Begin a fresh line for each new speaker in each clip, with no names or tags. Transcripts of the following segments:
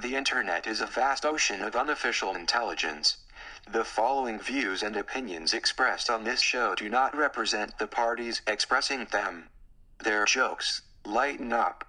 The internet is a vast ocean of unofficial intelligence. The following views and opinions expressed on this show do not represent the parties expressing them. They're jokes. Lighten up.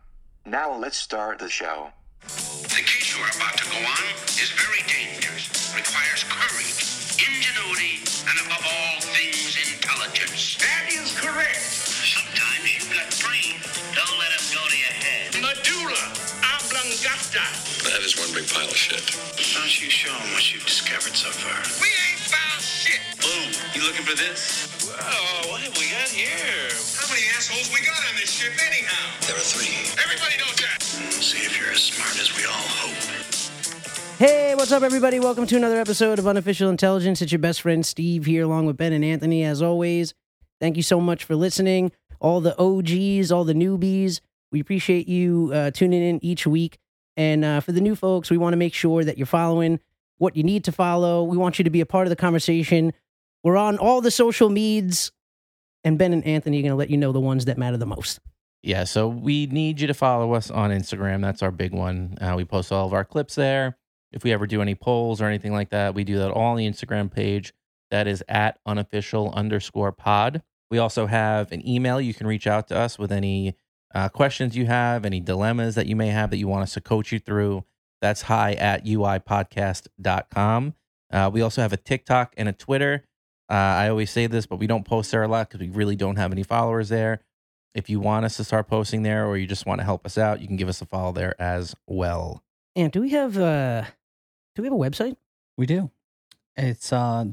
Now let's start the show.
The case you are about to go on is very dangerous, requires courage, ingenuity, and above all things, intelligence. That is correct. Sometimes you've got brains. Don't let them go to your head. Medulla oblongata.
That is one big pile of shit.
Why don't you show them what you've discovered so far? We ain't found shit.
Boom. You looking for this? Whoa, what have we got here?
How many assholes we got on this ship anyhow?
There are three.
Everybody knows that. See if you're as smart as we all hope.
Hey, what's up, everybody? Welcome to another episode of Unofficial Intelligence. It's your best friend Steve here, along with Ben and Anthony, as always. Thank you so much for listening. All the OGs, all the newbies, we appreciate you uh, tuning in each week. And uh, for the new folks, we want to make sure that you're following what you need to follow. We want you to be a part of the conversation. We're on all the social meds, and Ben and Anthony are going to let you know the ones that matter the most.
Yeah, so we need you to follow us on Instagram. That's our big one. Uh, we post all of our clips there. If we ever do any polls or anything like that, we do that all on the Instagram page. That is at unofficial underscore pod. We also have an email. You can reach out to us with any uh, questions you have, any dilemmas that you may have that you want us to coach you through. That's hi at uipodcast.com. Uh, we also have a TikTok and a Twitter. Uh, I always say this, but we don't post there a lot because we really don't have any followers there. If you want us to start posting there or you just want to help us out, you can give us a follow there as well.
And do we have uh, do we have a website?
We do. It's uh,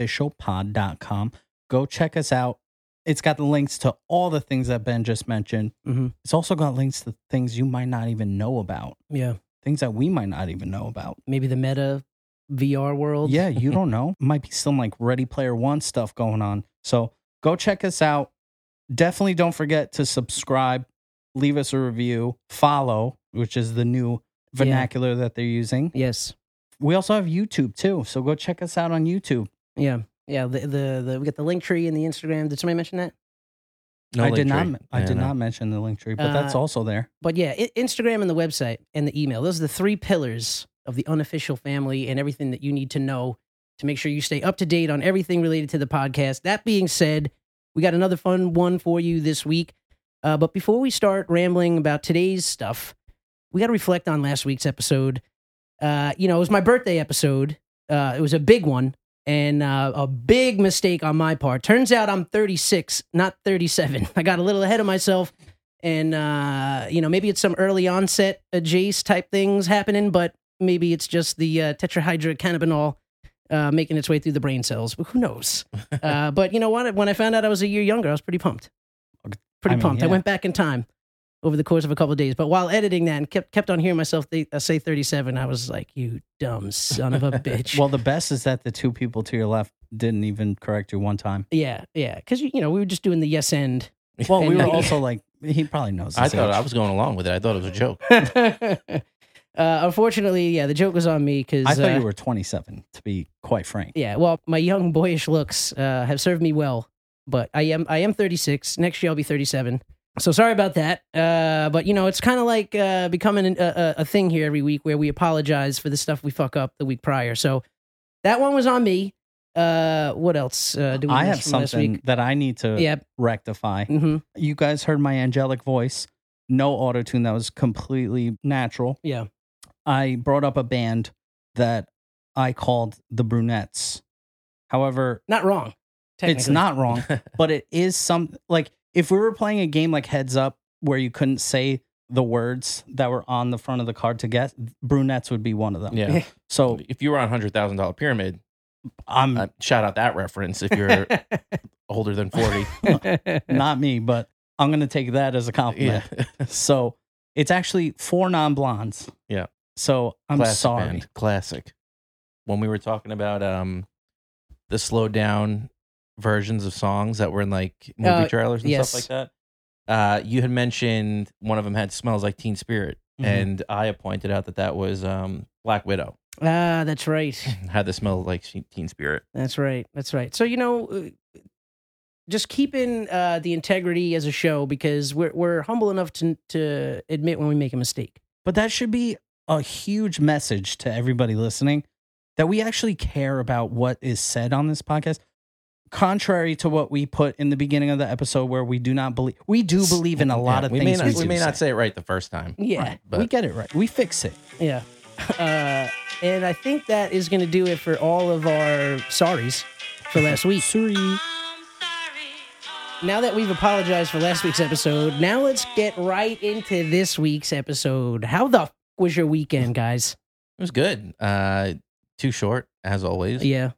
www.unofficialpod.com. Go check us out. It's got the links to all the things that Ben just mentioned.
Mhm.
It's also got links to things you might not even know about,
Yeah,
things that we might not even know about.
maybe the Meta VR world.
Yeah, you don't know. Might be some like Ready Player One stuff going on. So go check us out. Definitely don't forget to subscribe, leave us a review, follow, which is the new
Yeah.
vernacular that they're using.
Yes.
We also have YouTube too. So go check us out on YouTube.
Yeah. Yeah. The, the, the we got the link tree and the Instagram. Did somebody mention that?
No
I
link
did not.
tree. uh,
I
Yeah,
did
no.
not mention the link tree, but that's
Uh,
also there.
But yeah, I- Instagram and the website and the email. Those are the three pillars of the unofficial family and everything that you need to know to make sure you stay up to date on everything related to the podcast. That being said, we got another fun one for you this week. Uh, but before we start rambling about today's stuff, we got to reflect on last week's episode. Uh, you know, it was my birthday episode. Uh, it was a big one and uh, a big mistake on my part. Turns out I'm 36, not 37. I got a little ahead of myself, and uh, you know, maybe it's some early onset adjace type things happening, but maybe it's just the uh, tetrahydrocannabinol. Uh, making its way through the brain cells, but who knows? Uh, but you know what? When I found out I was a year younger, I was pretty pumped. Pretty
I mean,
pumped. I
yeah.
went back in time over the course of a couple of days. But while editing that and kept kept on hearing myself th- uh, say 37, I was like, "You dumb son of a bitch."
Well, the best is that the two people to your left didn't even correct you one time.
Yeah, yeah, because you, you know we were just doing the yes end.
Oh,
Well, we
And
were
the-
also like, he probably knows.
I
his
thought
age.
I was going along with it. I thought it was a joke.
uh, unfortunately, yeah, the joke was on me uh, because
I thought you were 27, to be quite frank.
Yeah, well, my young boyish looks uh, have served me well, but I am I am 36. Next year I'll be 37. So sorry about that. Uh, but you know, it's kind of like uh, becoming an, a, a a thing here every week where we apologize for the stuff we fuck up the week prior. So that one was on me. Uh, what else? Uh, do we
I
miss
have
from last
something
week?
that I need to
Yeah.
rectify.
hmm
You guys heard my angelic voice. No auto tune. That was completely natural.
Yeah.
I brought up a band that I called the Brunettes. However,
Not wrong.
it's
technically.
not wrong, but it is some like if we were playing a game like Heads Up where you couldn't say the words that were on the front of the card to guess, Brunettes would be one of them.
Yeah.
So Mm.
if you were on hundred thousand dollar pyramid,
I'm
uh, shout out that reference if you're older than forty.
not me, but I'm going to take that as a compliment. So it's actually four non blondes.
Yeah.
So I'm
Classic
sorry.
band. Classic. When we were talking about um the slowed down versions of songs that were in like movie
Uh,
trailers and
yes.
stuff like that, uh, you had mentioned one of them had smells like Teen Spirit,
Mhm.
and I pointed out that that was um Black Widow
ah, that's right.
had the smell like Teen Spirit.
That's right. That's right. So you know, uh, just keeping uh, the integrity as a show because we're we're humble enough to to admit when we make a mistake.
But that should be a huge message to everybody listening that we actually care about what is said on this podcast. Contrary to what we put in the beginning of the episode, where we do not believe, we do believe in a lot
Yeah,
of
we
things.
May not, we,
do
may not
say.
say it right the first time.
Yeah.
Right,
but-
we get it right. We fix it.
Yeah. Uh, and I think that is going to do it for all of our sorries for last week.
Sorry.
Now that we've apologized for last week's episode, now let's get right into this week's episode. How the f- was your weekend, guys?
It was good. Uh, too short, as always.
Yeah.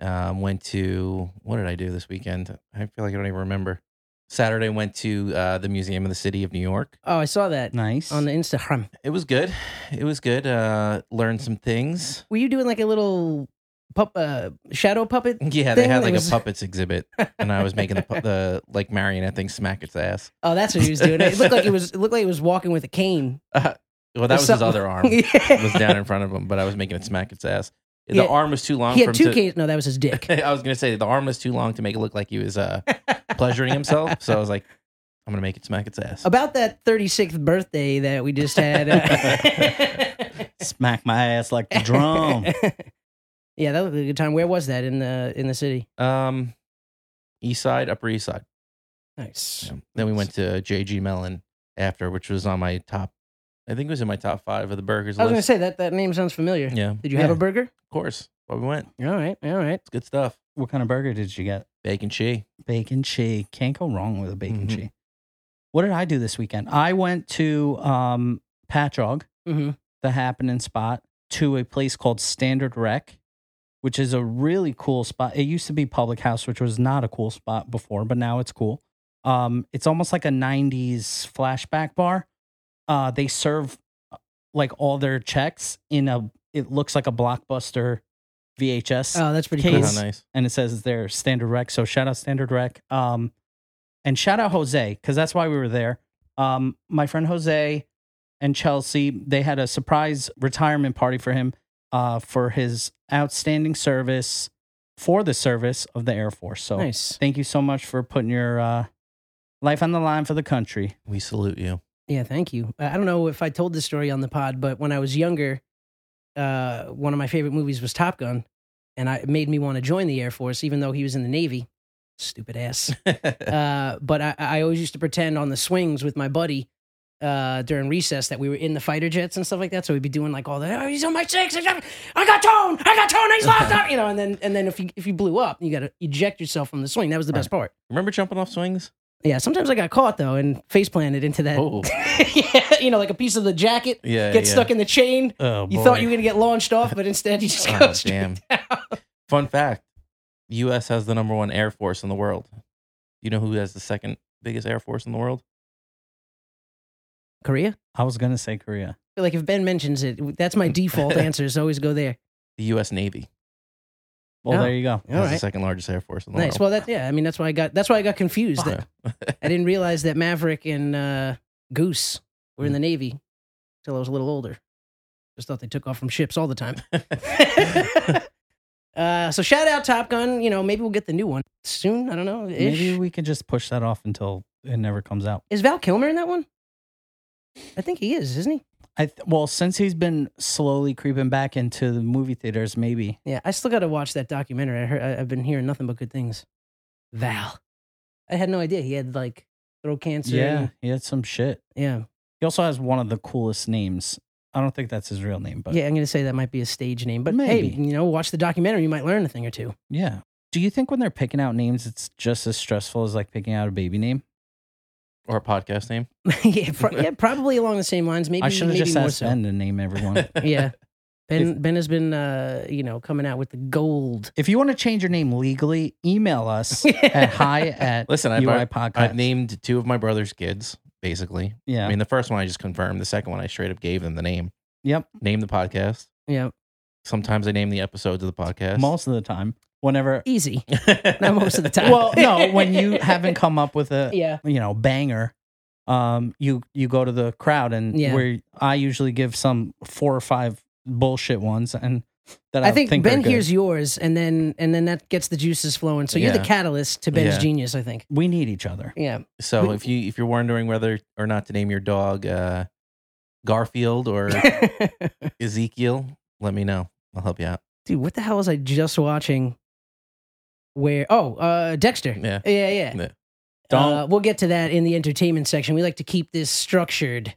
Um, went to, what did I do this weekend? I feel like I don't even remember. Saturday, went to uh, the Museum of the City of New York.
Oh, I saw that
Nice.
on the Instagram.
It was good. It was good. Uh, learned some things.
Were you doing like a little pup, uh, shadow puppet?
Yeah, they
Thing
had
that
like
was-
a puppets exhibit, and I was making the, pu- the like marionette thing smack its ass.
Oh, that's what he was doing. It looked like it was. It looked like it was walking with a cane.
Well, that was his
Something-
other arm.
yeah.
was down in front of him, but I was making it smack its ass. The
Yeah.
arm was too long.
He
for
had
him
two
to,
canes. No, that was his dick.
I was gonna say the arm was too long to make it look like he was uh, pleasuring himself. So I was like, I'm gonna make it smack its ass.
About that 36th birthday that we just had. uh,
Smack my ass like the drum.
yeah, that was a good time. Where was that in the in the city?
Um, East Side, Upper East Side.
Nice.
Yeah. Then we went to JG Mellon after, which was on my top. I think it was in my top five of the burgers
I was gonna
list.
say that that name sounds familiar.
yeah, of
Did you have
Yeah.
a burger?
course. But we went.
All right, all right.
It's good stuff.
what kind of burger did you get?
Bacon cheese.
Bacon cheese. Can't go wrong with a bacon
Mhm.
cheese. What did I do this weekend? I went to um, Patchogue,
Mm-hmm.
the happening spot, to a place called Standard Rec, which is a really cool spot. It used to be Public House, which was not a cool spot before, but now it's cool. Um, it's almost like a 90s flashback bar. Uh, they serve uh, like all their checks in a, it looks like a blockbuster VHS
Oh, that's pretty
How
Case.
cool.
nice.
and it says there standard rec. So shout out standard rec. Um, and shout out Jose because that's why we were there. Um, my friend Jose and Chelsea they had a surprise retirement party for him uh, for his outstanding service for the service of the Air Force. So
Nice.
thank you so much for putting your uh, life on the line for the country.
We salute you.
Yeah, thank you. I I don't know if I told this story on the pod, but when I was younger, uh, one of my favorite movies was Top Gun, and I, it made me want to join the Air Force, even though he was in the Navy. Stupid ass. uh, but I, I always used to pretend on the swings with my buddy uh, during recess that we were in the fighter jets and stuff like that. So we'd be doing like all that. Oh, he's on my six. I got, I got tone. I got tone. He's locked up. You know, and then and then if you if you blew up, you got to eject yourself from the swing. That was the best part.
Remember jumping off swings?
Yeah. Sometimes I got caught though and face planted into that.
Oh,
yeah, you know, like a piece of the jacket
yeah.
gets
yeah.
stuck in the chain.
Oh,
You thought you were gonna get launched off, but instead you just go
Oh,
straight
damn.
down.
Fun fact US has the number one air force in the world. You know who has the second biggest air force in the world?
Korea. I
I was gonna say Korea.
feel like if Ben mentions it, that's my default answer. Is always go there.
The US Navy
Well,
Oh.
there you go.
All
has the
right.
second largest air force in the
Nice.
world.
Well, that yeah. I mean, that's why I got that's why I got confused. That- I didn't realize that Maverick and uh, Goose were
Mm.
in the Navy until I was a little older. Just thought they took off from ships all the time. uh, so shout out Top Gun. You know, maybe we'll get the new one soon. I don't know.
Maybe
Ish.
we can just push that off until it never comes out.
is Val Kilmer in that one? I think he is, isn't he?
I th- well, since he's been slowly creeping back into the movie theaters, maybe
Yeah, I still got to watch that documentary. I heard, I, I've been hearing nothing but good things. Val, I had no idea he had like throat cancer.
Yeah,
and-
he had some shit.
yeah,
He also has one of the coolest names. I don't think that's his real name, but yeah.
yeah. I'm gonna say that might be a stage name, but hey,
Maybe.
you know, watch the documentary. You might learn a thing or two.
Do you think when they're picking out names, it's just as stressful as like picking out a baby name?
or a podcast name.
yeah, pro- yeah, probably along the same lines. Maybe
I should have
maybe
just
more
asked
so.
Ben to name everyone.
Uh, Yeah, Ben Ben has been uh, you know coming out with the gold.
if you want to change your name legally, email us at hi at
Listen, I've,
UI
I've,
podcast.
I've named two of my brother's kids, basically.
yeah.
I mean, the first one I just confirmed. The second one I straight up gave them the name.
yep.
Name the podcast.
Yeah,
Sometimes I name the episodes of the podcast.
Most of the time, whenever.
easy. Not most of the time.
Well, no, when you haven't come up with a
yeah,
you know banger um you you go to the crowd and
Yeah.
where i usually give some four or five bullshit ones and that i,
I think,
think
Ben
are good.
hears yours, and then and then that gets the juices flowing. So you're the
Yeah.
catalyst to Ben's
Yeah.
genius, I think.
we need each other
Yeah,
So if you if you're wondering whether or not to name your dog uh, Garfield or Ezekiel, let me know. I'll help you out.
Dude, what the hell was I just watching? Where? Oh, uh, Dexter.
Yeah.
Yeah, yeah.
Yeah.
Uh, we'll get to that in the entertainment section. We like to keep this structured.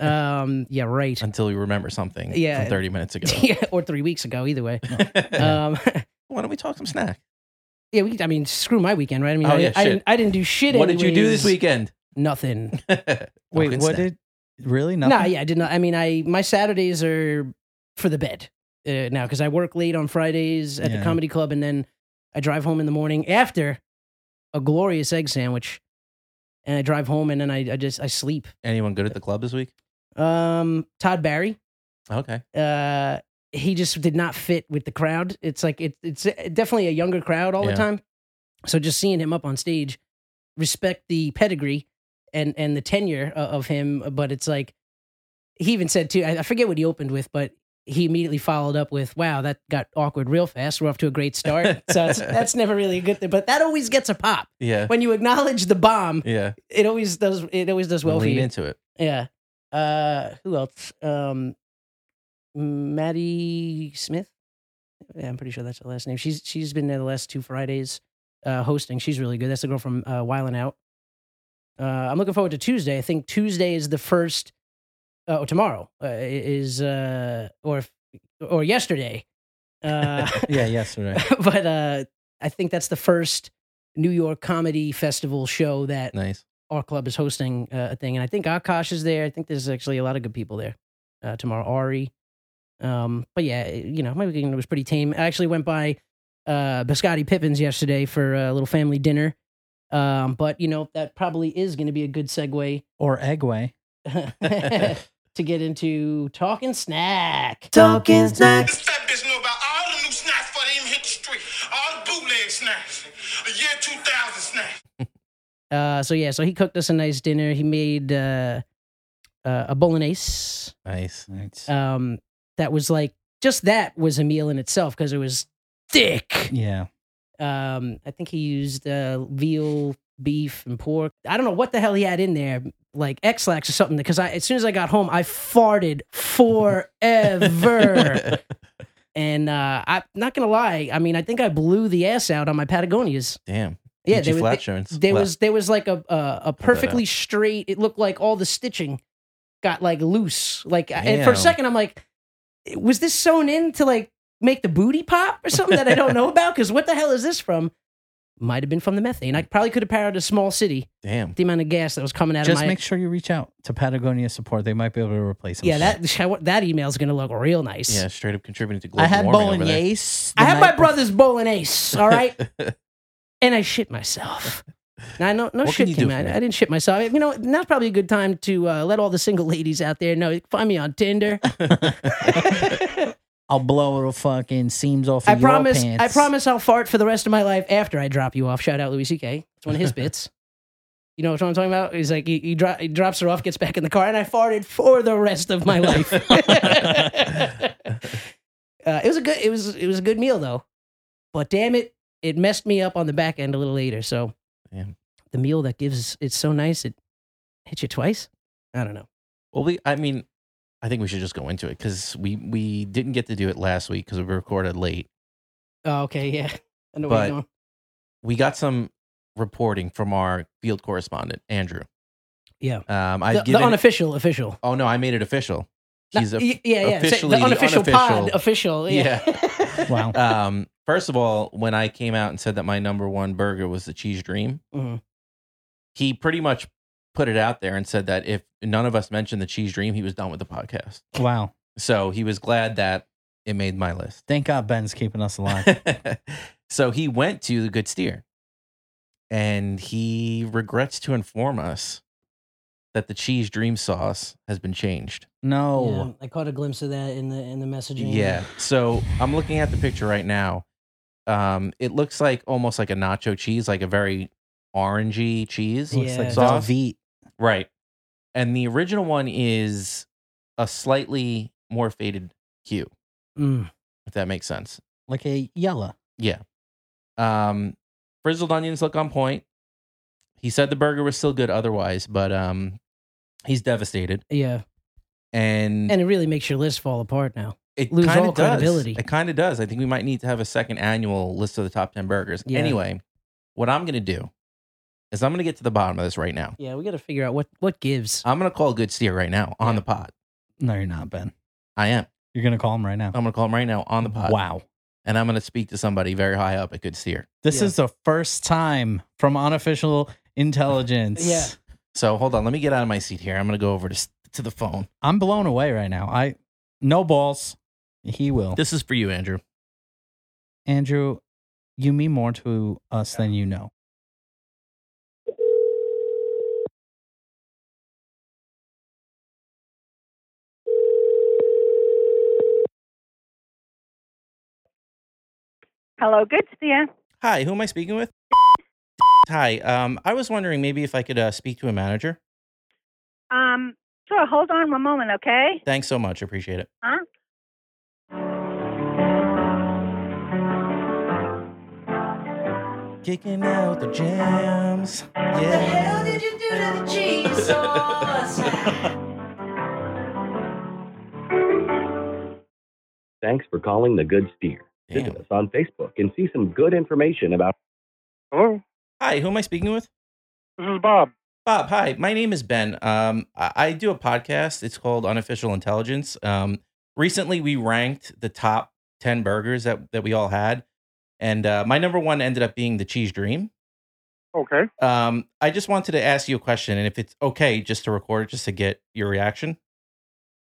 Um, yeah, right.
Until you remember something
Yeah.
from 30 minutes ago.
yeah, or three weeks ago, either way. Um,
Why don't we talk some snack?
yeah, we, I mean, screw my weekend, right? I mean,
Oh,
I,
yeah,
I,
shit.
didn't, I didn't do shit.
What did you do this
anyways.
weekend?
Nothing.
Wait,
Fucking
what
snack.
did really
No,
nothing?
Nah, yeah, I did not. I mean, I my Saturdays are for the bed uh, now because I work late on Fridays at
Yeah.
the comedy club, and then I drive home in the morning after a glorious egg sandwich, and I drive home, and then I, I just I sleep.
Anyone good at the club this week?
Um, Todd Barry,
Okay.
uh, he just did not fit with the crowd. It's like it, it's definitely a younger crowd all
Yeah.
the time. So just seeing him up on stage, respect the pedigree and and the tenure o- of him, but it's like he even said too. I I forget what he opened with, but he immediately followed up with, "Wow, that got awkward real fast. We're off to a great start." so it's, that's never really a good thing, but that always gets a pop
Yeah.
when you acknowledge the bomb.
Yeah.
It always does. It always does well for
Lean
you.
into it.
Yeah. Uh, who else? Um, Maddie Smith. Yeah, I'm pretty sure that's her last name. She's she's been there the last two Fridays, uh, hosting. She's really good. That's the girl from uh, Wildin' Out. Uh, I'm looking forward to Tuesday. I think Tuesday is the first. Uh, or tomorrow uh, is uh, or or yesterday. Uh,
Yeah, yesterday.
but uh, I think that's the first New York comedy festival show that
Nice.
our club is hosting uh, a thing, and I think Akash is there. I think there's actually a lot of good people there uh, tomorrow. Ari, um, but yeah, you know, my weekend was pretty tame. I actually went by uh, Biscotti Pippins yesterday for a little family dinner, um, but you know that probably is going to be a good segue
or Eggway.
to get into talking snack.
Talking snacks.
This fat bitch know about all the new snacks before they even hit the street. All the bootleg snacks. The year 2000 snacks.
Uh, so yeah, so he cooked us a nice dinner. He made uh, uh, a bolognese.
Nice.
Nice.
um, that was like just that was a meal in itself because it was thick.
yeah.
Um, I think he used uh, veal, beef, and pork. I don't know what the hell he had in there, like X-Lax or something. Because I, as soon as I got home, I farted forever. and uh, I'm not gonna lie. I mean, I think I blew the ass out on my Patagonias.
Damn.
Yeah, they
Peachy
were-
flat
they-
joints.
There
Left.
was there was like a a, a perfectly straight. It looked like all the stitching got like loose. Like and for
Damn.
a second, I'm like, was this sewn in to like make the booty pop or something that I don't know about? Because what the hell is this from? Might have been from the methane. I probably could have powered a small city.
Damn.
The amount of gas that was coming out
Just
of my
make sure you reach out to Patagonia support. They might be able to replace them.
yeah that that email's gonna look real nice.
Yeah, straight up contributing to global
I had
warming over there.
bolognese.
I had my brother's bolognese. All right, and I shit myself. Now, no, no
What can
shit
you
came
do
out.
for me?
I didn't shit myself. You know, now's probably a good time to uh, let all the single ladies out there know. Find me on Tinder.
I'll blow the fucking seams off.
I
of your
promise.
pants.
I promise I'll fart for the rest of my life after I drop you off. Shout out Louis C.K. It's one of his bits. You know what I'm talking about? He's like he, he, dro- he drops her off, gets back in the car, and I farted for the rest of my life. Uh, it was a good. It was it was a good meal though, but damn it, it messed me up on the back end a little later. So,
Damn.
the meal that gives it's so nice it hits you twice. I don't know.
Well, we, I mean, I think we should just go into it because we we didn't get to do it last week because we recorded late.
Oh, okay, yeah, I know where you're
But-
going.
We got some reporting from our field correspondent Andrew.
Yeah.
Um,
The,
I've
the
given.
unofficial official.
oh no, I made it official. He's
Not-
a,
y- yeah, yeah. say-
officially
the
the
unofficial, pod
unofficial-
official. Yeah.
Wow.
um, first of all, when I came out and said that my number one burger was the cheese dream,
Mhm.
he pretty much put it out there and said that if none of us mentioned the cheese dream, he was done with the podcast.
Wow.
So he was glad that it made my list.
Thank God Ben's keeping us alive.
so he went to the good steer and he regrets to inform us that the cheese dream sauce has been changed.
No.
I caught a glimpse of that in the in the messaging.
Yeah. So I'm looking at the picture right now. Um, it looks like almost like a nacho cheese, like a very orangey cheese.
Yeah.
Looks like
Sauce?
Velveet.
Right. And the original one is a slightly more faded hue,
Mm.
if that makes sense.
Like a yellow.
Yeah. Um, frizzled onions look on point. He said the burger was still good otherwise, but um, he's devastated.
Yeah.
and,
And it really makes your list fall apart now.
it
lose
kinda
all
does.
credibility.
It kind of does. I think we might need to have a second annual list of the top ten burgers.
Yeah.
Anyway, what I'm gonna do is I'm gonna get to the bottom of this right now.
Yeah, we got to figure out what what gives.
I'm gonna call Good Steer right now on the pod.
No, you're not, Ben.
I am.
You're gonna call him right now.
I'm gonna call him right now on the pod.
Wow.
And I'm gonna speak to somebody very high up at Good Steer.
This
Yeah.
is the first time from unofficial intelligence.
Yeah.
So hold on, let me get out of my seat here. I'm gonna go over to s- to the phone.
I'm blown away right now. I no balls. He will.
This is for you, Andrew.
Andrew, you mean more to us than you know.
Hello, good to see you.
Hi, who am I speaking with? Hi. Um, I was wondering maybe if I could uh, speak to a manager.
Um, sure, hold on one moment, okay?
Thanks so much. Appreciate it.
Uh-huh.
Huh?
Kicking out the jams.
What the
Yeah.
hell did you do to the cheese sauce?
Thanks for calling The Good Steer. Visit
Damn.
us on Facebook and see some good information about.
Hello,
Hi, who am I speaking with?
this is Bob.
Bob, hi. My name is Ben. Um, I, I do a podcast. It's called Unofficial Intelligence. Um, recently, we ranked the top ten burgers that that we all had, and uh, my number one ended up being the Cheese Dream.
Okay,
Um, I just wanted to ask you a question, and if it's okay, just to record it, just to get your reaction.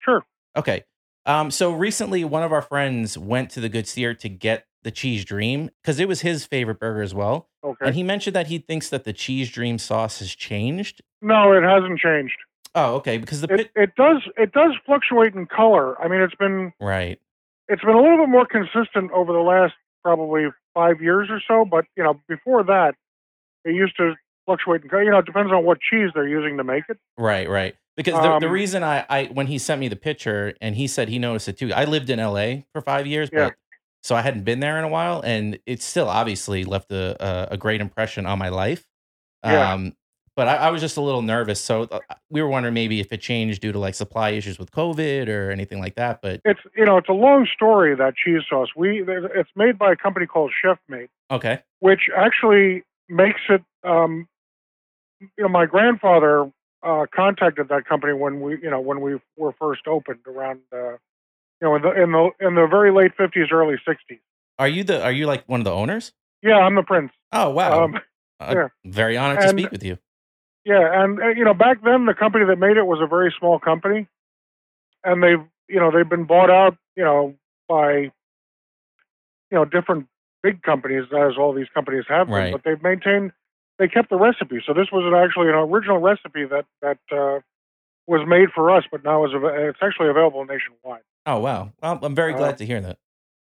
sure.
Okay. Um, so recently, one of our friends went to the Good Steer to get the Cheese Dream because it was his favorite burger as well,
Okay.
and he mentioned that he thinks that the Cheese Dream sauce has changed.
no, it hasn't changed.
Oh, okay, because the
It,
pit.
it does it does fluctuate in color. I mean, it's been
Right.
it's been a little bit more consistent over the last probably five years or so. But you know, before that, it used to fluctuate in color. You know, it depends on what cheese they're using to make it.
Right, right. Because the, the
Um,
reason I, I when he sent me the picture and he said he noticed it too. I lived in LA for five years,
Yeah.
but so I hadn't been there in a while, and it still obviously left a a, a great impression on my life.
Yeah.
Um, but I, I was just a little nervous, so uh, we were wondering maybe if it changed due to like supply issues with COVID or anything like that. But
It's you know, it's a long story that cheese sauce. We it's made by a company called Chef Mate.
okay,
which actually makes it. Um, you know, my grandfather uh, contacted that company when we, you know, when we were first opened around, uh, you know, in the in the in the very late fifties, early sixties.
are you the are you like one of the owners?
Yeah, I'm the prince.
Oh wow,
Um,
Uh,
yeah.
very honored to
and-
speak with you.
yeah, and uh, you know, back then the company that made it was a very small company, and they've, you know, they've been bought out, you know, by, you know, different big companies, as all these companies have been.
Right.
But they've maintained, they kept the recipe. So this was an, actually an original recipe that that uh, was made for us, but now is av- it's actually available nationwide.
Oh wow, well, I'm very
Uh,
glad to hear that.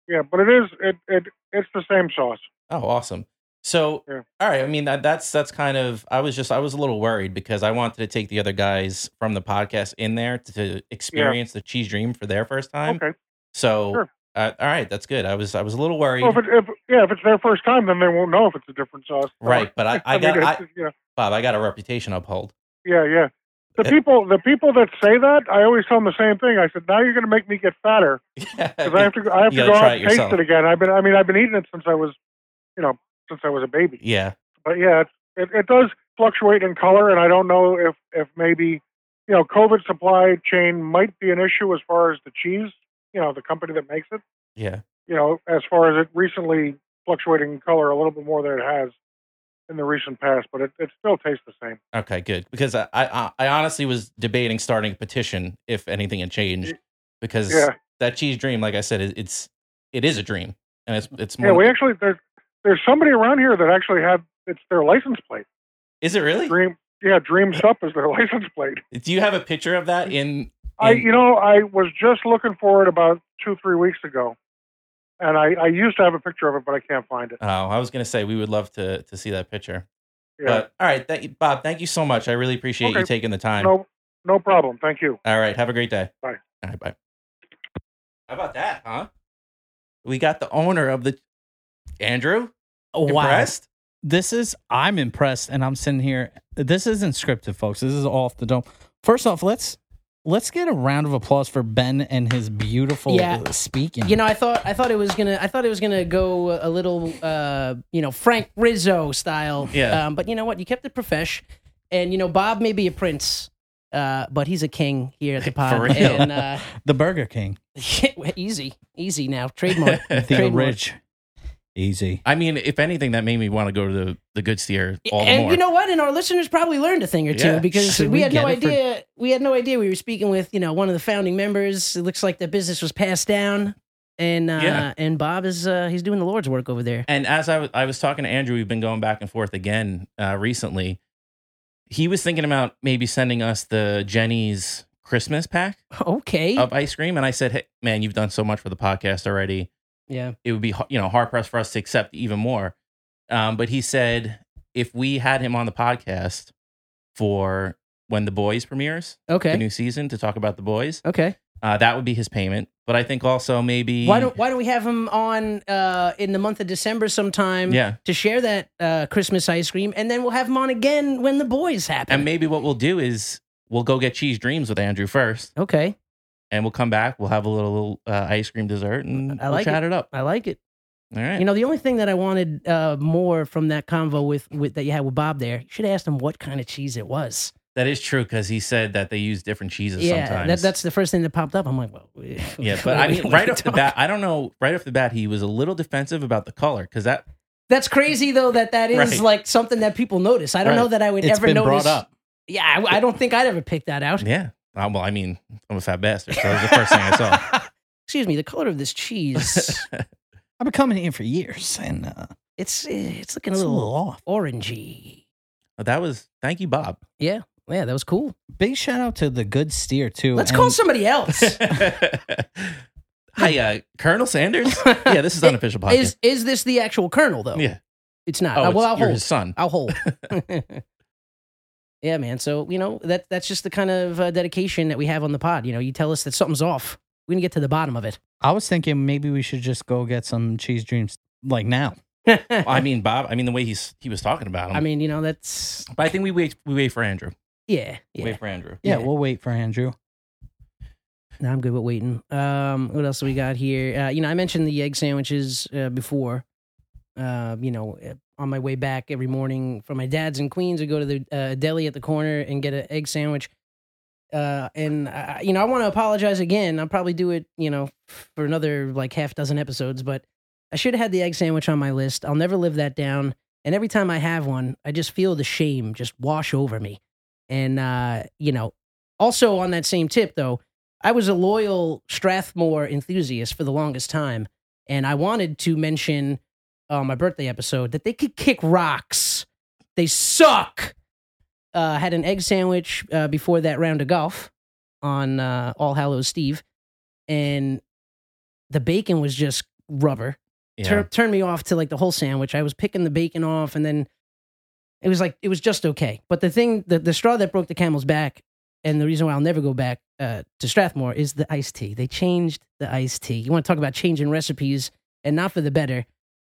Yeah, but it is it it it's the same sauce.
Oh, awesome. So,
Yeah.
all right. I mean, that, that's that's kind of. I was just I was a little worried because I wanted to take the other guys from the podcast in there to, to experience the cheese dream for their first time.
Okay.
So,
Sure.
uh, all if that's good. I was I was a little worried,
Well, if, it, if yeah, if it's their first time, then they won't know if it's a different sauce.
right? But I, I
mean,
got
it's-
I,
you know,
Bob. I got a reputation uphold.
Yeah, yeah. The
Uh,
people, the people that say that, I always tell them the same thing. I said, now you're going to make me get fatter because I have to, I have
Eh, You
to
gotta
go
try
out
it
and taste
yourself.
it again. I've been, I mean, I've been eating it since I was, you know, since I was a baby.
yeah.
But yeah, it, it, it does fluctuate in color, and I don't know if, if maybe, you know, COVID supply chain might be an issue as far as the cheese, you know, the company that makes it,
Yeah.
you know, as far as it recently fluctuating in color a little bit more than it has in the recent past. But it, it still tastes the same.
Okay. Good. Because I, I I honestly was debating starting a petition if anything had changed because
Yeah.
that cheese dream, like I said, it, it's it is a dream and it's it's
Mm. Yeah, we
more.
actually there's there's somebody around here that actually had it's their license plate.
is it really?
Dream, yeah, Dream Sup is their license plate.
Do you have a picture of that in?
Mm. I,
in-
you know, I was just looking for it about two three weeks ago, and I I used to have a picture of it, but I can't find it.
oh, I was gonna say we would love to to see that picture.
Yeah,
But all right, thank you, Bob. Thank you so much. I really appreciate you
Okay.
taking the time.
no no problem. Thank you.
All right, have a great day.
Bye.
All right, bye. How about that, huh? We got the owner of the Andrew.
Oh,
Impressed?
This is I'm impressed and I'm sitting here. This isn't scripted, folks. This is off the dome. First off, let's Let's get a round of applause for Ben and his beautiful
Yeah.
speaking.
Uh, You know, I thought I thought it was gonna I thought it was gonna go a little uh, you know Frank Rizzo style.
Yeah.
Um, but you know what? You kept it profesh, and you know Bob may be a prince, uh, but he's a king here at the pod.
For real.
And uh,
the Burger King,
easy, easy now trademark.
the
trademark.
rich, easy.
I mean, if anything, that made me want to go to the, the good steer all the
and
more.
you know what? And our listeners probably learned a thing or two
Yeah.
because
Should
we,
we
had no
get it for-
idea. we had no idea we were speaking with you know one of the founding members. It looks like the business was passed down, and uh,
Yeah.
and Bob is uh, he's doing the Lord's work over there.
and as I was- I was talking to Andrew, we've been going back and forth again uh, recently. He was thinking about maybe sending us the Jenny's Christmas pack
Okay.
of ice cream, and I said, "Hey, man, you've done so much for the podcast already.
yeah.
It would be h- you know hard pressed for us to accept even more." Um, but he said, if we had him on the podcast for when the boys premieres the
Okay.
new season to talk about the boys,
Okay.
uh, that would be his payment. But I think also maybe
Why don't Why don't we have him on uh, in the month of December sometime?
yeah.
To share that uh, Christmas ice cream, and then we'll have him on again when the boys happen.
And maybe what we'll do is we'll go get cheese dreams with Andrew first,
okay.
and we'll come back. We'll have a little uh, ice cream dessert, and
I
we'll
like
chat it. up.
I like it.
All right.
You know, the only thing that I wanted uh, more from that convo with, with that you had with Bob there, you should have asked him what kind of cheese it was.
that is true because he said that they use different cheeses
Yeah,
sometimes.
that, that's the first thing that popped up. I'm like, well, we-
yeah,
what
but I
are we-
mean,
what are
right
we
off the
talking-
bat, I don't know. Right off the bat, he was a little defensive about the color because that
That's crazy though. That that is
Right.
like something that people notice. I don't
Right.
know that I would
It's
ever
been
notice.
brought up.
Yeah, I, I don't think I'd ever pick that out.
yeah. Uh, well, I mean, I'm a fat bastard, so that was the first thing I saw.
Excuse me, the color of this cheese.
I've been coming in for years, and uh,
it's eh, it's looking
it's
a little
off.
orangey.
But that was thank you, Bob.
Yeah, that was cool.
Big shout out to the good steer too.
Let's
and
call somebody else.
Hi, uh, Colonel Sanders. Yeah, this is unofficial podcast.
is is this the actual colonel though?
yeah.
It's not.
Oh,
Uh, well,
it's-
I'll
you're
hold.
his son.
I'll hold. yeah, man. So you know that that's just the kind of uh, dedication that we have on the pod. You know, you tell us that something's off, we're gonna get to the bottom of it.
I was thinking maybe we should just go get some cheese dreams like now.
I mean, Bob. I mean, the way he's he was talking about him.
I mean, you know, that's
But I think we wait. We wait for Andrew.
yeah, yeah.
Wait for Andrew.
Yeah,
Yeah.
we'll wait for Andrew.
No, I'm good with waiting. Um, what else do we got here? Uh, you know, I mentioned the egg sandwiches uh, before. Uh, you know, uh, on my way back every morning from my dad's in Queens, I go to the uh, deli at the corner and get an egg sandwich. Uh, and I, I- you know, I want to apologize again. I'll probably do it, you know, for another like half dozen episodes. But I should have had the egg sandwich on my list. I'll never live that down. And every time I have one, I just feel the shame just wash over me. And uh, you know, also on that same tip though. I was a loyal Strathmore enthusiast for the longest time, and I wanted to mention on my birthday episode that they could kick rocks. They suck. Uh, had an egg sandwich uh, before that round of golf on uh, All Hallows Steve, and the bacon was just rubber.
Yeah.
Tur- turned me off to like the whole sandwich. I was picking the bacon off, and then it was like it was just okay. But the thing, the, the straw that broke the camel's back, and the reason why I'll never go back uh, to Strathmore is the iced tea. They changed the iced tea. You want to talk about changing recipes and not for the better? I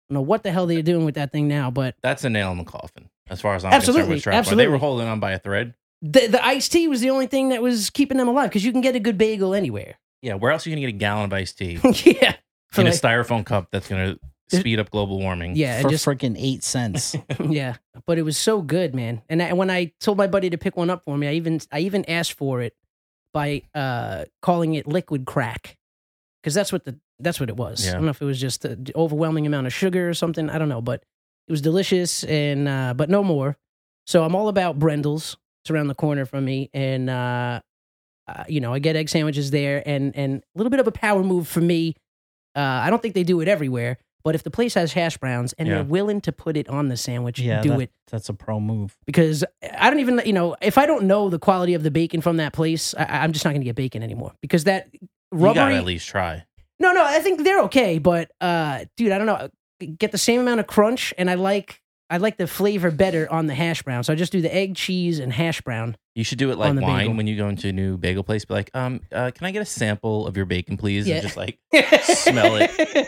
don't know what the hell they're doing with that thing now, but
That's a nail in the coffin, as far as I'm
Absolutely,
concerned. With Strathmore.
absolutely.
They were holding on by a thread.
the the iced tea was the only thing that was keeping them alive because you can get a good bagel anywhere.
Yeah. Where else are you gonna get a gallon of iced tea
yeah, For
in a
like-
styrofoam cup that's gonna speed up global warming?
yeah, and
for
just
freaking eight cents.
yeah. But it was so good, man. And I, when I told my buddy to pick one up for me, I even I even asked for it by uh, calling it liquid crack because that's what the that's what it was. I
Yeah.
don't know if it was just the overwhelming amount of sugar or something. I don't know, but it was delicious and uh, but no more. So I'm all about Brendel's. It's around the corner from me, and uh, uh, you know I get egg sandwiches there, and and a little bit of a power move for me. Uh, I don't think they do it everywhere, but if the place has hash browns and
Yeah.
they're willing to put it on the sandwich,
Yeah,
do
that-
it
That's a pro move.
because I don't even, you know, if I don't know the quality of the bacon from that place, I, I'm just not going to get bacon anymore because that
You gotta
rubbery.
at least try.
no, no, I think they're okay, but uh, dude, I don't know. Get the same amount of crunch, and I like I like the flavor better on the hash brown. So I just do the egg, cheese, and hash brown.
You should do it
On
like
the
wine
bagel.
when you go into a new bagel place. Be like, um, uh, can I get a sample of your bacon, please?
Yeah.
And just like Smell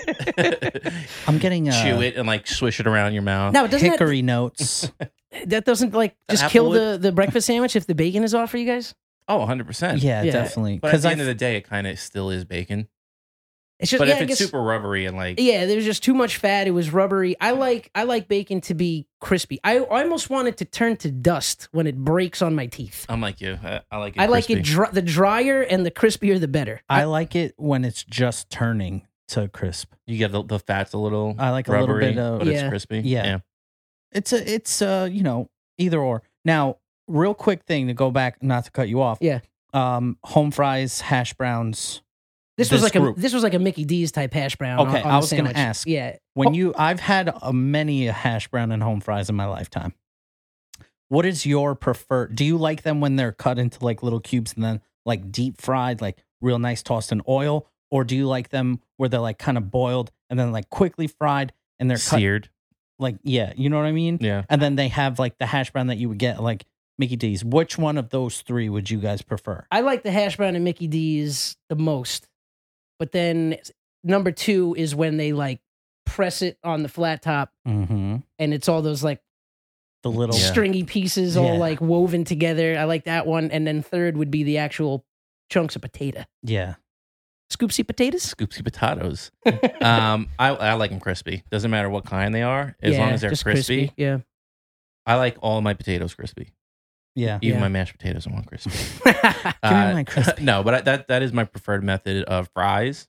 it.
I'm getting uh,
chew it and like swish it around your mouth.
now, doesn't
hickory notes.
that that doesn't like
The
just kill
applewood?
the the breakfast sandwich if the bacon is off for you guys?
Oh, 100%.
Yeah,
Yeah.
definitely.
But at
Because
the
I,
end of the day, it kind of still is bacon.
It's just
But
yeah,
if
I
it's
guess-
super rubbery and like,
yeah, there was just too much fat. It was rubbery. I like I like bacon to be crispy. I, I almost want it to turn to dust when it breaks on my
Oh,
teeth.
I'm like you. I, I like it.
I like it
crispy.
dry, the drier and the crispier the better.
I like it when it's just turning to crisp.
You get the, the fat's a little.
I like a little
rubbery,
bit of
but
Yeah.
it's crispy.
Yeah. it's a it's uh you know either or now real quick thing to go back not to cut you off
Yeah.
um home fries hash browns
This, was
This
like
group.
a this was like a Mickey D's type hash brown. on-
Okay,
on
I
a
was gonna
sandwich.
ask.
Yeah,
when
Oh.
you i've had a, many a hash brown and home fries in my lifetime what is your preferred do you like them when they're cut into like little cubes and then like deep fried like real nice tossed in oil or do you like them where they're like kind of boiled and then like quickly fried and they're cut
Seared.
like yeah you know what i mean
Yeah.
and then they have like the hash brown that you would get like Mickey D's. Which one of those three would you guys prefer?
I like the hash brown and Mickey D's the most. But then number two is when they like press it on the flat top
Mm-hmm.
and it's all those like
The little
Yeah.
stringy pieces all
Yeah.
like woven together. I like that one. And then third would be the actual chunks of potato.
yeah.
Scoopsy potatoes?
Scoopsy potatoes. um, I, I like them crispy. Doesn't matter what kind they are, as long
Yeah,
as they're
just
crispy,
Yeah.
I like all my potatoes crispy.
yeah,
Even
Yeah.
my mashed potatoes I want crispy. Uh,
Give me my crispy.
No, but I, that that is my preferred method of fries.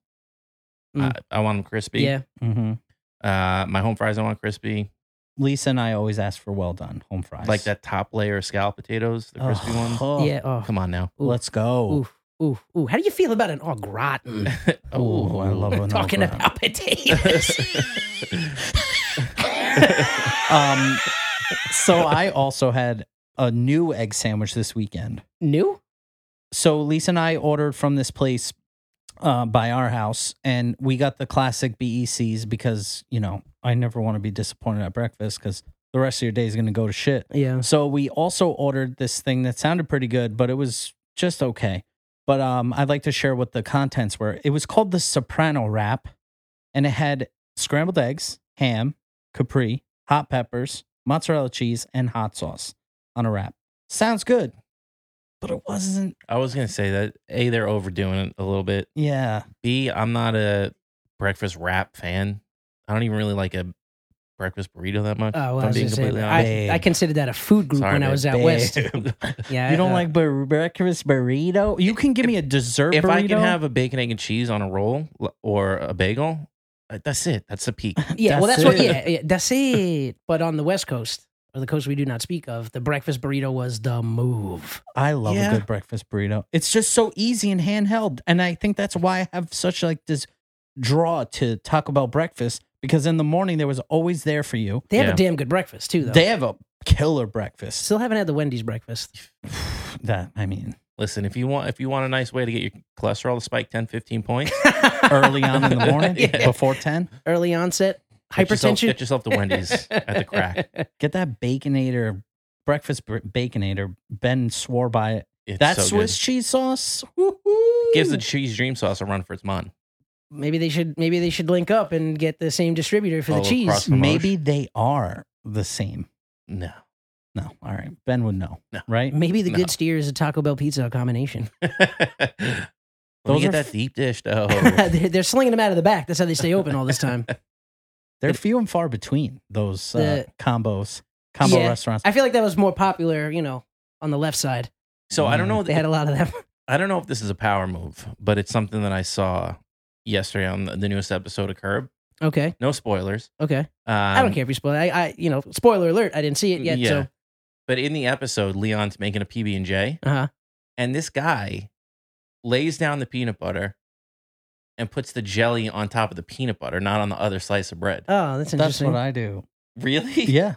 Mm.
I, I want them crispy.
yeah.
hmm
Uh, my home fries I want crispy.
Lisa and I always ask for well done home fries,
Like that top layer of scallop potatoes, the crispy ones.
Oh,
Yeah. Oh.
Come on now.
Ooh.
Let's go.
Ooh. Ooh. Ooh. How do you feel about an au gratin?
Ooh, I love an
Talking
au gratin.
about potatoes.
Um, so I also had a new egg sandwich this weekend.
New?
So Lisa and I ordered from this place uh, by our house, and we got the classic BECs because you know I never want to be disappointed at breakfast because the rest of your day is going to go to shit.
Yeah.
So we also ordered this thing that sounded pretty good, but it was just okay. But um, I'd like to share what the contents were. It was called the Soprano Wrap, and it had scrambled eggs, ham, capri, hot peppers, mozzarella cheese, and hot sauce on a wrap. Sounds good, but it wasn't.
I was gonna say that A, they're overdoing it a little bit.
Yeah,
B, I'm not a breakfast wrap fan. I don't even really like a breakfast burrito that much.
Oh, well, I
if I'm
was
being
gonna say,
completely honest.
I, I considered that a food group
Sorry,
when I
babe.
was out
Babe.
west. Yeah,
you don't
uh,
like bur- breakfast burrito? You can give me a dessert
if
burrito.
I can have a bacon, egg, and cheese on a roll l- or a bagel, uh, that's it. That's the peak.
Yeah, well,
That's
that's what.
it.
Yeah, yeah, that's it. But on the West Coast, or the coast we do not speak of, the breakfast burrito was the move.
I love
Yeah.
a good breakfast burrito. It's just so easy and handheld, and I think that's why I have such like this draw to Taco Bell breakfast because in the morning there was always there for you.
They have
Yeah.
a damn good breakfast too, though.
They have a killer breakfast.
Still haven't had the Wendy's breakfast.
That I mean,
Listen, if you want, if you want a nice way to get your cholesterol to spike 10, 15 points,
early on in the morning
Yeah.
before ten,
Early onset
get yourself,
hypertension.
get yourself to Wendy's at the crack.
get that baconator breakfast br- baconator. Ben swore by it.
It's
That
so good.
Swiss cheese sauce woo-hoo.
gives the cheese dream sauce a run for its money.
Maybe they should. Maybe they should link up and get the same distributor for
All
the cheese.
across-
maybe they are the same.
No,
No, all right, Ben would know,
No.
right?
Maybe the
No.
good steer is a Taco Bell pizza combination.
let
Those
me
are
get
f-
that deep dish though.
they're, they're slinging them out of the back. That's how they stay open all this time.
They're few and far between those uh,
The-
combos, combo
Yeah.
restaurants.
I feel like that was more popular, you know, on the left side.
so I don't know.
They had a lot of them.
I don't know if this is a power move, but it's something that I saw yesterday on the the newest episode of Curb.
Okay.
No spoilers.
Okay.
Um,
I don't care if you spoil. it. I, I, you know, spoiler alert. I didn't see it yet. So,
But in the episode, Leon's making a PB and J,
uh huh.
and this guy lays down the peanut butter and puts the jelly on top of the peanut butter, not on the other slice of bread.
Oh, that's
That's
interesting.
what I do.
really?
Yeah,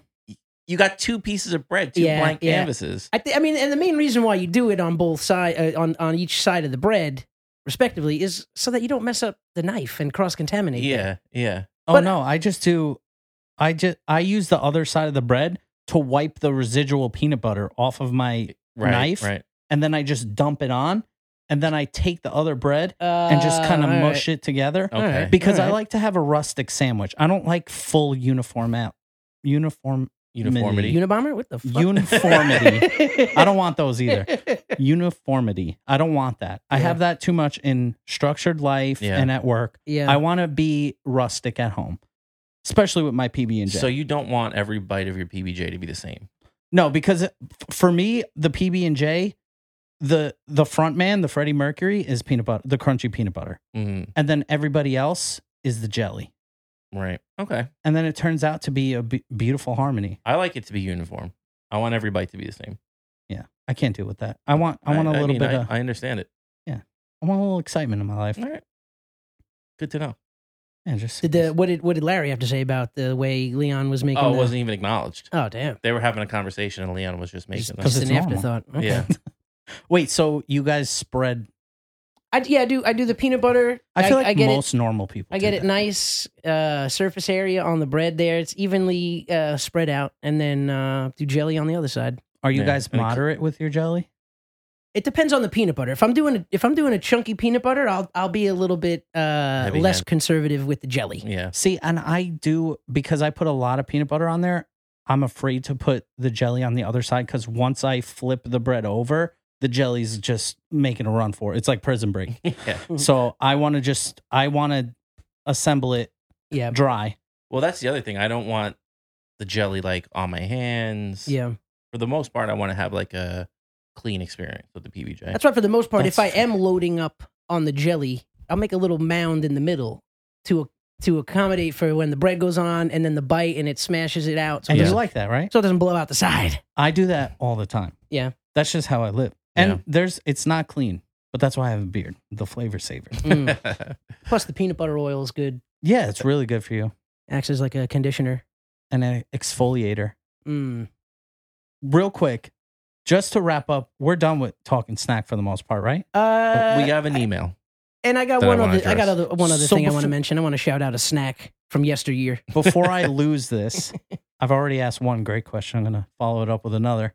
You got two pieces of bread, two
Yeah,
blank
yeah.
canvases.
I, thi- I mean, and the main reason why you do it on both side, uh, on on each side of the bread, respectively, is so that you don't mess up the knife and cross contaminate.
Yeah, yeah.
Oh
But-
no, I just do. I just I use the other side of the bread to wipe the residual peanut butter off of my,
Right,
Knife?
right.
and then I just dump it on, and then I take the other bread
uh,
and just kind of mush it together
All right.
Okay.
because I
Alright.
like to have a rustic sandwich. I don't like full uniform out uniform
Uniformity.
Unabomber? What the fuck?
Uniformity. I don't want those either.
either.
Uniformity. I don't want that. I
Yeah.
have that too much in structured life
Yeah.
and at work.
yeah.
I want to be rustic at home, especially with my PB and J.
So you don't want every bite of your PBJ to be the same.
No, because f- for me, the PB and J, the the front man, the Freddie Mercury, is peanut butter, the crunchy peanut butter,
Mhm.
and then everybody else is the jelly,
Right. Okay.
and then it turns out to be a b- beautiful harmony.
I like it to be uniform. I want every bite to be the same.
I can't deal with that. I want I want a
a
little bit
I,
of
I understand it.
I want a little excitement in my life.
All right. Good to know.
Yeah, just
Did the, what did what did Larry have to say about the way Leon was making?
Oh, it
the-
wasn't even acknowledged.
Oh, damn.
They were having a conversation and Leon was just making
Just,
them.
Because
just
it's
an
normal.
afterthought. Okay.
Yeah.
wait. So you guys spread?
I, yeah, I do. I do the peanut butter.
I feel like
I get it.
most normal people.
I
do
get it
that.
nice uh, surface area on the bread there. It's evenly uh, spread out, and then uh, do jelly on the other side.
Are you
Yeah,
guys
and it cl-
moderate with your jelly?
It depends on the peanut butter. If I'm doing a, if I'm doing a chunky peanut butter, I'll I'll be a little bit uh,
Heavy
less
hand.
conservative with the jelly.
Yeah.
See, and I do because I put a lot of peanut butter on there. I'm afraid to put the jelly on the other side because once I flip the bread over, the jelly's just making a run for it. It's like prison break.
yeah.
so I want to just, I want to assemble it
Yeah,
dry.
Well, that's the other thing. I don't want the jelly like on my hands.
yeah.
For the most part, I want to have like a clean experience with the PBJ.
That's why, for the most part, if I
That's-
am loading up on the jelly, I'll make a little mound in the middle to to accommodate for when the bread goes on and then the bite and it smashes it out, so,
And
it,
you
doesn't,
like that, right?
so it doesn't blow out the side.
I do that all the time.
Yeah.
That's just how I live. And there's, it's not clean, but that's why I have a beard, the flavor saver.
Mm. Plus, the peanut butter oil is good.
Yeah, it's really good for you.
Acts as like a conditioner.
And an exfoliator.
Mm.
Real quick, just to wrap up, we're done with talking snack for the most part, right?
Uh,
Oh, we have an email.
and I got
that I
one
wanna
other. I got
address.
other, one other
So
thing I want to
before-
mention. I want to shout out a snack from yesteryear.
before I lose this, I've already asked one great question. I'm gonna follow it up with another.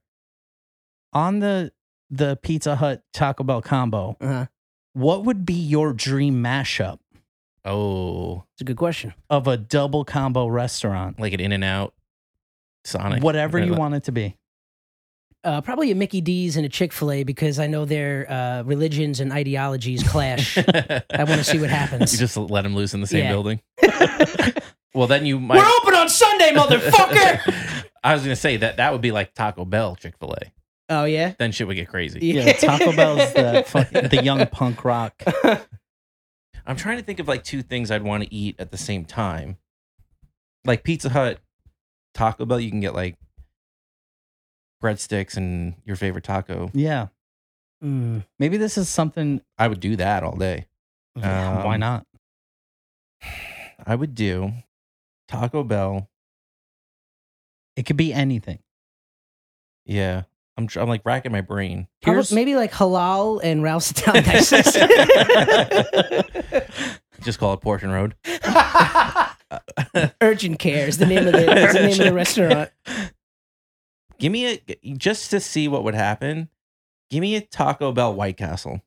On the the Pizza Hut Taco Bell combo,
Uh-huh.
what would be your dream mashup
Oh,
It's a good question.
of a double combo restaurant?
like an In and Out, Sonic.
Whatever you
Like-
want it to be.
Uh, probably a Mickey D's and a Chick Fil A because I know their uh, religions and ideologies clash.
I
wanna see what happens.
You just let him loose in the same
Yeah.
building. Well, then you might.
We're open on Sunday, motherfucker.
I was gonna say that that would be like Taco Bell, Chick Fil A.
oh yeah.
Then shit would get crazy.
Yeah, Taco Bell's the fucking, the young punk rock.
I'm trying to think of like two things I'd want to eat at the same time. Like Pizza Hut, Taco Bell, you can get like breadsticks and your favorite taco.
Yeah,
Mm.
maybe this is something.
I would do that all day.
Yeah, why
Um,
not?
I would do Taco Bell.
It could be anything.
Yeah. I'm tr- I'm like racking my brain.
Probably-
Here's-
maybe like halal and Ralph's Town, Texas.
Just call it Portion Road.
Urgent care is the name of the, is the name of the restaurant.
Give me a just to see what would happen. Give me a Taco Bell White Castle.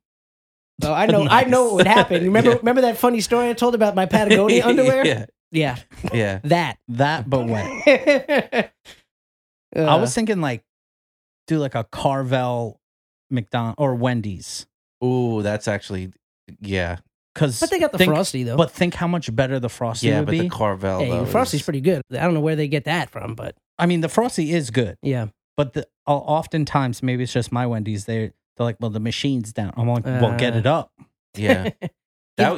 Oh, I know, I know what would happen. Remember,
Yeah.
remember that funny story I told about my Patagonia underwear?
yeah.
Yeah,
Yeah.
that.
That, but what?
Uh,
I was thinking like do like a Carvel McDonald or Wendy's
Ooh, that's actually yeah.
because
but they got the
think,
frosty though.
But think how much better the frosty
yeah,
would
but
be.
the Carvel
hey,
though.
the frosty's
is-
pretty good. I don't know where they get that from, but
I mean, the frosty is good,
yeah,
but the o- oftentimes maybe it's just my Wendy's. They they're like, well, the machine's down. I'm like, well, get
Uh.
it up.
Yeah.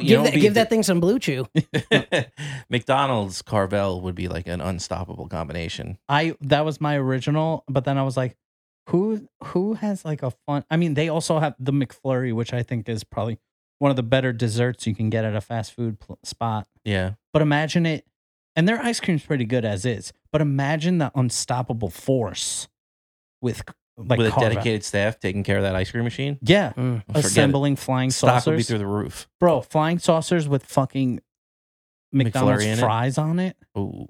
give,
you
give that,
know would be
give that thing some blue chew.
the- McDonald's Carvel would be like an unstoppable combination.
I that was my original, but then I was like, who who has like a fun? I mean, they also have the McFlurry, which I think is probably one of the better desserts you can get at a fast food pl- spot.
Yeah.
But imagine it, and their ice cream's pretty good as is. But imagine the unstoppable force with like
With a
Carvel.
dedicated staff taking care of that ice cream machine.
yeah,
Mm.
Forget it.
assembling flying
Stock would be
saucers,
through the roof.
bro. Flying saucers with fucking McDonald's
McFlurry in it?
fries on it.
Oh,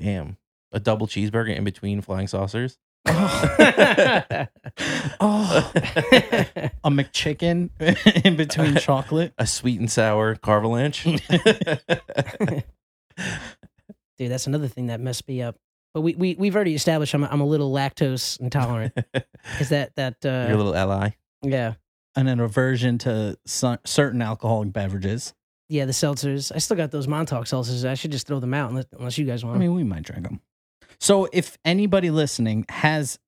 damn. A double cheeseburger in between flying saucers.
Oh, a McChicken in between chocolate.
a sweet and sour carvalanche.
Dude, that's another thing that messed me up. But we, we we've already established I'm a, I'm a little lactose intolerant. Is that that
Your
uh
little ally.
yeah.
and an aversion to cer- certain alcoholic beverages.
Yeah, the seltzers. I still got those Montauk seltzers. I should just throw them out unless, unless you guys want
I
'em.
mean, we might drink them. So if anybody listening has,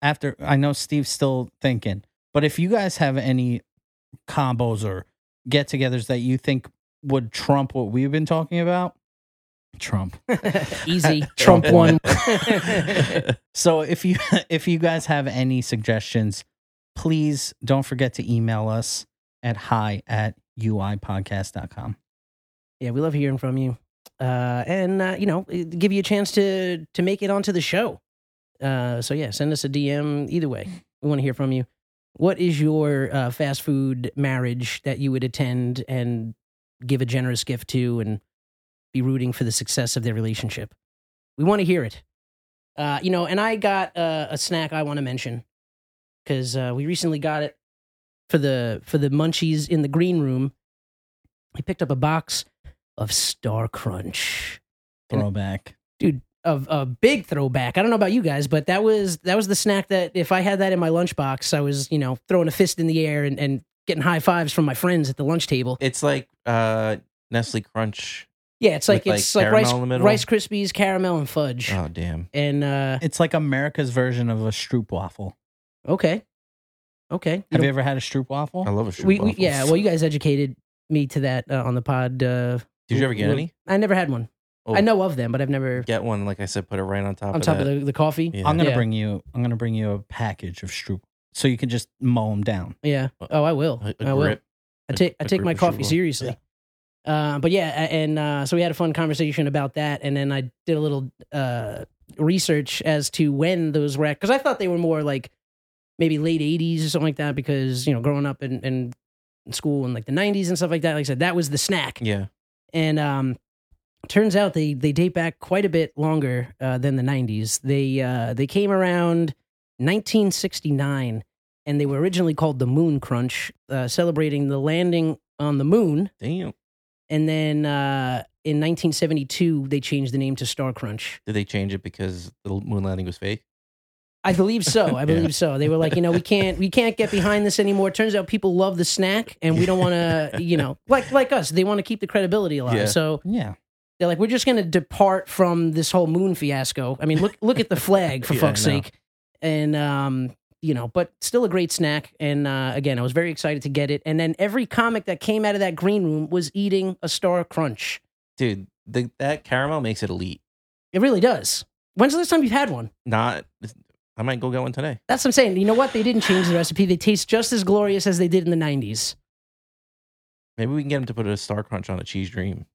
after I know Steve's still thinking, but if you guys have any combos or get-togethers that you think would trump what we've been talking about, Trump.
Easy.
Trump
Trump one.
So if you if you guys have any suggestions, please don't forget to email us at hi at uipodcast.com.
yeah, we love hearing from you. Uh, and uh, you know, it- give you a chance to to make it onto the show. Uh, so yeah, send us a DM either way. We want to hear from you. What is your uh, fast food marriage that you would attend and give a generous gift to and be rooting for the success of their relationship? We want to hear it. Uh, you know, and I got uh, a snack I want to mention because uh, we recently got it for the for the munchies in the green room. We picked up a box of Star Crunch
Throwback.
of a big throwback. I don't know about you guys, but that was that was the snack that if I had that in my lunchbox, I was you know throwing a fist in the air and, and getting high fives from my friends at the lunch table.
It's like uh, Nestle Crunch.
Yeah, it's like
With,
it's
like,
like
caramel
rice
in the middle?
rice krispies, caramel and fudge,
Oh damn!
and uh,
It's like America's version of a stroop waffle.
okay, okay.
Have you ever had a stroop waffle?
I love a
we,
shrewd
we yeah. Well, you guys educated me to that uh, on the pod. Uh,
Did you ever get
we-
any?
I never had one.
Oh,
I know of them, but I've never
Get one, like I said, put it right on top.
on
of
top
that.
of the, the coffee.
Yeah.
I'm gonna
Yeah.
bring you. I'm gonna bring you a package of stroop, so you can just mow them down.
Yeah. Oh, I will.
Uh, A- a
I will.
grip.
I
a-
take I
a
take my
group of people.
coffee seriously. Uh, but yeah, a- and uh, so we had a fun conversation about that, and then I did a little uh, research as to when those were because I thought they were more like maybe late '80s or something like that because you know growing up in, in school in like the '90s and stuff like that. Like I said, that was the snack,
Yeah.
and um, turns out they they date back quite a bit longer uh, than the '90s. They uh, they came around 1969, and they were originally called the Moon Crunch, uh, celebrating the landing on the moon.
Damn.
And then uh, in 1972, they changed the name to Star Crunch.
Did they change it because the moon landing was fake?
I believe so. I
Yeah.
believe so. They were like, you know, we can't, we can't get behind this anymore. Turns out people love the snack, and we don't want to, you know, like like us, they want to keep the credibility alive.
Yeah.
So
Yeah,
they're like, we're just going to depart from this whole moon fiasco. I mean, look look at the flag for
Yeah, I
fuck's
know.
sake. And um, you know, but still a great snack. And uh, again, I was very excited to get it. And then every comic that came out of that green room was eating a Star Crunch.
Dude, the, that caramel makes it elite.
It really does. When's the last time you've had one?
Not. I might go get one today.
That's what I'm saying. You know what? They didn't change the recipe. They taste just as glorious as they did in the 90s.
Maybe we can get him to put a star crunch on a cheese dream.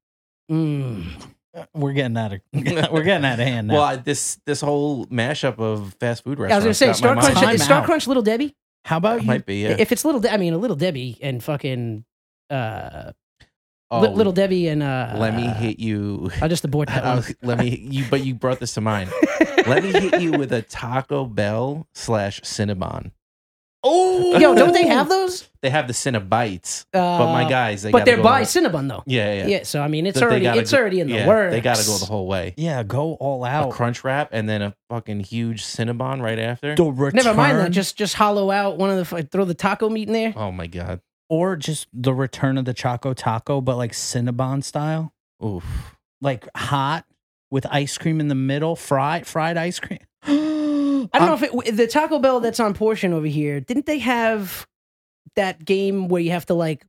Mm.
Uh, we're getting out of we're getting out of hand now.
Well, I, this this whole mashup of fast food
I was
restaurants.
going to say,
got
Star
my mind-
Crunch,
Time
is Star
out.
Crunch Little Debbie?
How about
It
you?
might be. Yeah.
If it's Little De- I mean, Little Debbie and fucking uh,
Oh,
Li- Little Debbie and. Uh,
Let me hit you.
I'll just abort that one.
let me hit you. But you brought this to mind. let me hit you with a Taco Bell slash Cinnabon.
Oh! Yo, don't they have those?
They have the Cinnabites,
Uh,
but my guys, they
But
gotta
they're
go
by
the-
Cinnabon, though.
Yeah, yeah.
Yeah. so I mean, it's
That they
already
gotta
it's
go-
already in the
yeah,
works.
They got to go the whole way.
Yeah, go all
A
out.
crunch wrap and then a fucking huge Cinnabon right after.
The return,
Never mind that. Just just hollow out one of the fu- throw the taco meat in there.
Oh my god.
or just the return of the Choco Taco, but like Cinnabon style,
Oof.
like hot with ice cream in the middle, fried fried ice cream. I don't
I don't know if it, the Taco Bell that's on portion over here didn't they have that game where you have to like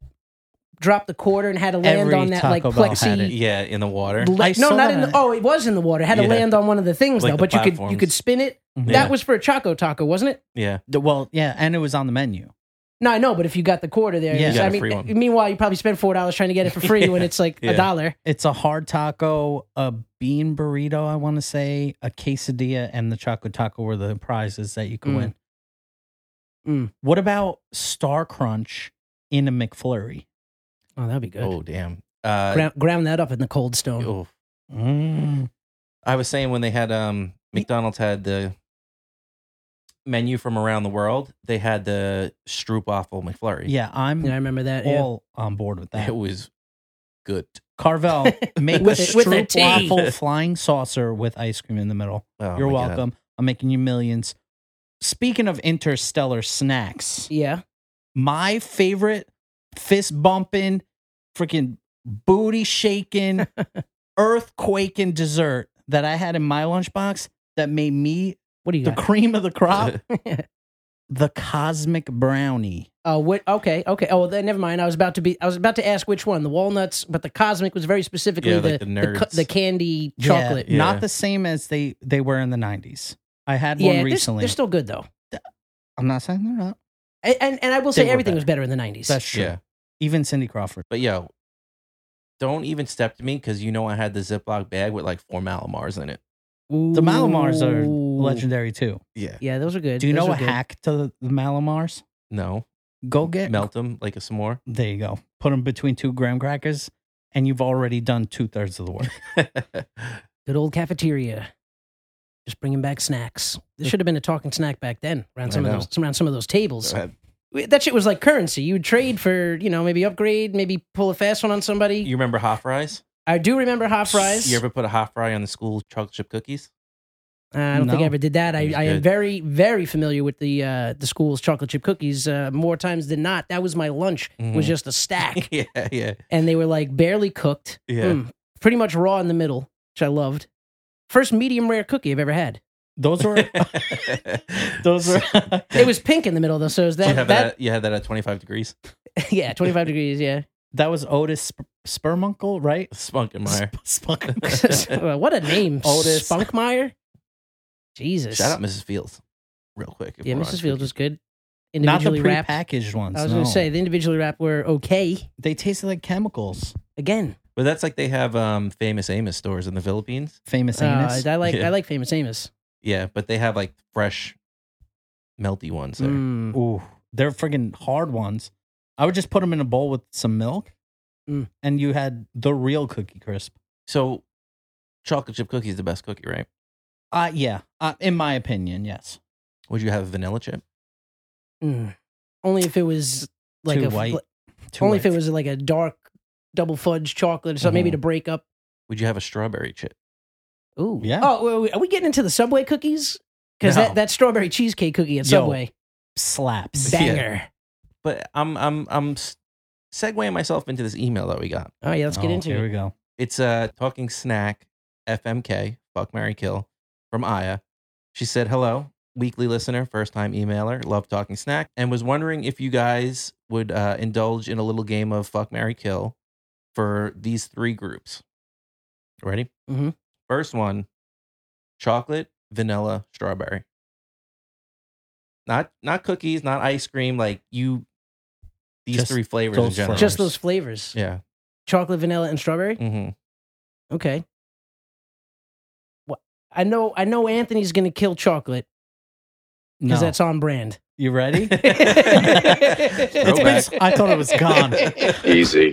drop the quarter and had to land
Every
on that like
Taco Bell
plexi.
had it.
Yeah, in the water.
le-
I
no,
saw
not in the.
that.
Oh, it was in the water. It had to
Yeah.
land on one of the things
Like
though.
the
But you could you
platforms. Mm-hmm.
could spin it.
Yeah.
That was for a Choco Taco, wasn't it?
Yeah.
The- well, yeah, and it was on the menu.
No, I know. But if you got the quarter there,
Yeah. You
so
got
I
a
mean, eh,
free one.
meanwhile you probably spent four dollars trying to get it for free when it's like
Yeah.
a dollar.
It's a hard taco, a bean burrito, I want to say, a quesadilla, and the choco taco were the prizes that you could
Mm.
win.
Mm.
What about Star Crunch in a McFlurry?
Oh, that'd be good.
Oh damn. Uh,
ground, ground that up in the cold stone.
oof. I was saying when they had um McDonald's had the menu from around the world, they had the Stroopwafel McFlurry.
Yeah, I'm
oh.
Yeah, I remember that. Yeah.
all on board with that.
It was good.
Carvel, make a
With- with a
stroop
T.
waffle flying saucer with ice cream in the middle.
Oh,
You're
my God.
welcome. I'm making you millions. Speaking of interstellar snacks,
Yeah.
my favorite fist bumping, freaking booty shaking, earthquaking dessert that I had in my lunchbox that made me
What do you
the
got?
cream of the crop, the cosmic brownie.
Oh, what? Okay, okay. Oh, well, then never mind. I was about to be. I was about to ask which one, the walnuts, but the cosmic was very specifically
Yeah,
the
like the
the, cu-
nerds.
the candy chocolate.
Yeah,
Yeah.
Not the same as they they were in the 90s. I had
Yeah,
one
they're,
recently.
they're still good though.
I'm not saying they're not.
And and, and I will
They
say
were
everything
better.
was better in the nineties.
That's true.
Yeah.
Even Cindy Crawford.
But yo, don't even step to me because you know I had the Ziploc bag with like four Malamars in it.
The Malamars are legendary too.
Yeah.
Yeah, those are good.
Do you
Those
know
are
a
good.
hack to the, the Malamars?
No.
Go get
Melt them like a s'more.
There you go. Put them between two graham crackers, and you've already done two thirds of the work.
Good old cafeteria. Just bringing back snacks. This should have been a talking snack back then around
I
some of
know.
those around some of those tables.
Uh,
We- That shit was like currency. You would trade for you know maybe upgrade, maybe pull a fast one on somebody.
you remember hot fries?
I do remember hot fries.
You ever put a hot fry on the school chocolate chip cookies?
Uh, I don't think I
No.
ever did that. I,
It was
I am
good.
very, very familiar with the uh, the school's chocolate chip cookies. Uh, more times than not, that was my lunch. Was
Mhm.
just a stack,
yeah, yeah.
and they were like barely cooked. Mm.
Yeah.
pretty much raw in the middle, which I loved. First medium rare cookie I've ever had.
Those were those were
It was pink in the middle though, so is
you,
that,
have
that,
that, you had that at 25 degrees.
yeah, twenty five degrees, yeah.
that was Otis Sp- Spermuncle, right?
Spunkenmeyer.
Sp- Spunk-
Well, what a name,
Otis.
Spunkmeyer. Jesus,
Shout out Mrs. Fields, real quick. if
yeah,
we're on
Mrs. Fields
cookies.
was good.
Not the
Individually wrapped. I
prepackaged ones.
was
no.
going to say the individually wrapped were okay.
they tasted like chemicals.
Again,
But that's like they have um, famous Amos stores in the Philippines.
Famous
uh,
anus.
I like
Yeah.
I like Famous Amos.
Yeah, but they have like fresh, melty ones there.
Mm.
Ooh, they're friggin' hard ones. I would just put them in a bowl with some milk,
Mm.
and you had the real cookie crisp.
So, chocolate chip cookie is the best cookie, right?
Uh yeah. Uh, in my opinion, yes.
Would you have vanilla chip?
Mm. Only if it was like
Too
a fl-
white. Too
only if it
white.
was like a dark double fudge chocolate or something, maybe
Mhm.
Mm-hmm.
to break up.
Would you have a strawberry chip?
Ooh,
Yeah.
Oh, wait, wait, are we getting into the Subway cookies? Because
No.
that, that strawberry cheesecake cookie at
Yo.
Subway
slaps.
Yeah.
banger.
But I'm I'm I'm s- segueing myself into this email that we got.
Oh yeah, let's get
Oh,
into
Here we
it.
go.
It's a talking snack, FMK, fuck Mary Kill, from Aya. She said, "Hello, weekly listener, first time emailer, love talking snack, and was wondering if you guys would uh, indulge in a little game of fuck Mary Kill for these three groups. Ready?
Mm-hmm.
Mhm.
First one: chocolate, vanilla, strawberry. Not not cookies, not ice cream. Like you, these
Just
three flavors in
those
general.
flavors.
Just those flavors:
yeah.
chocolate, vanilla, and
Mm.
strawberry.
Mm-hmm.
Okay. What I know, I know Anthony's gonna kill chocolate
No.
because that's on brand.
you ready?
Throwback.
It's been- I thought it was gone.
Easy.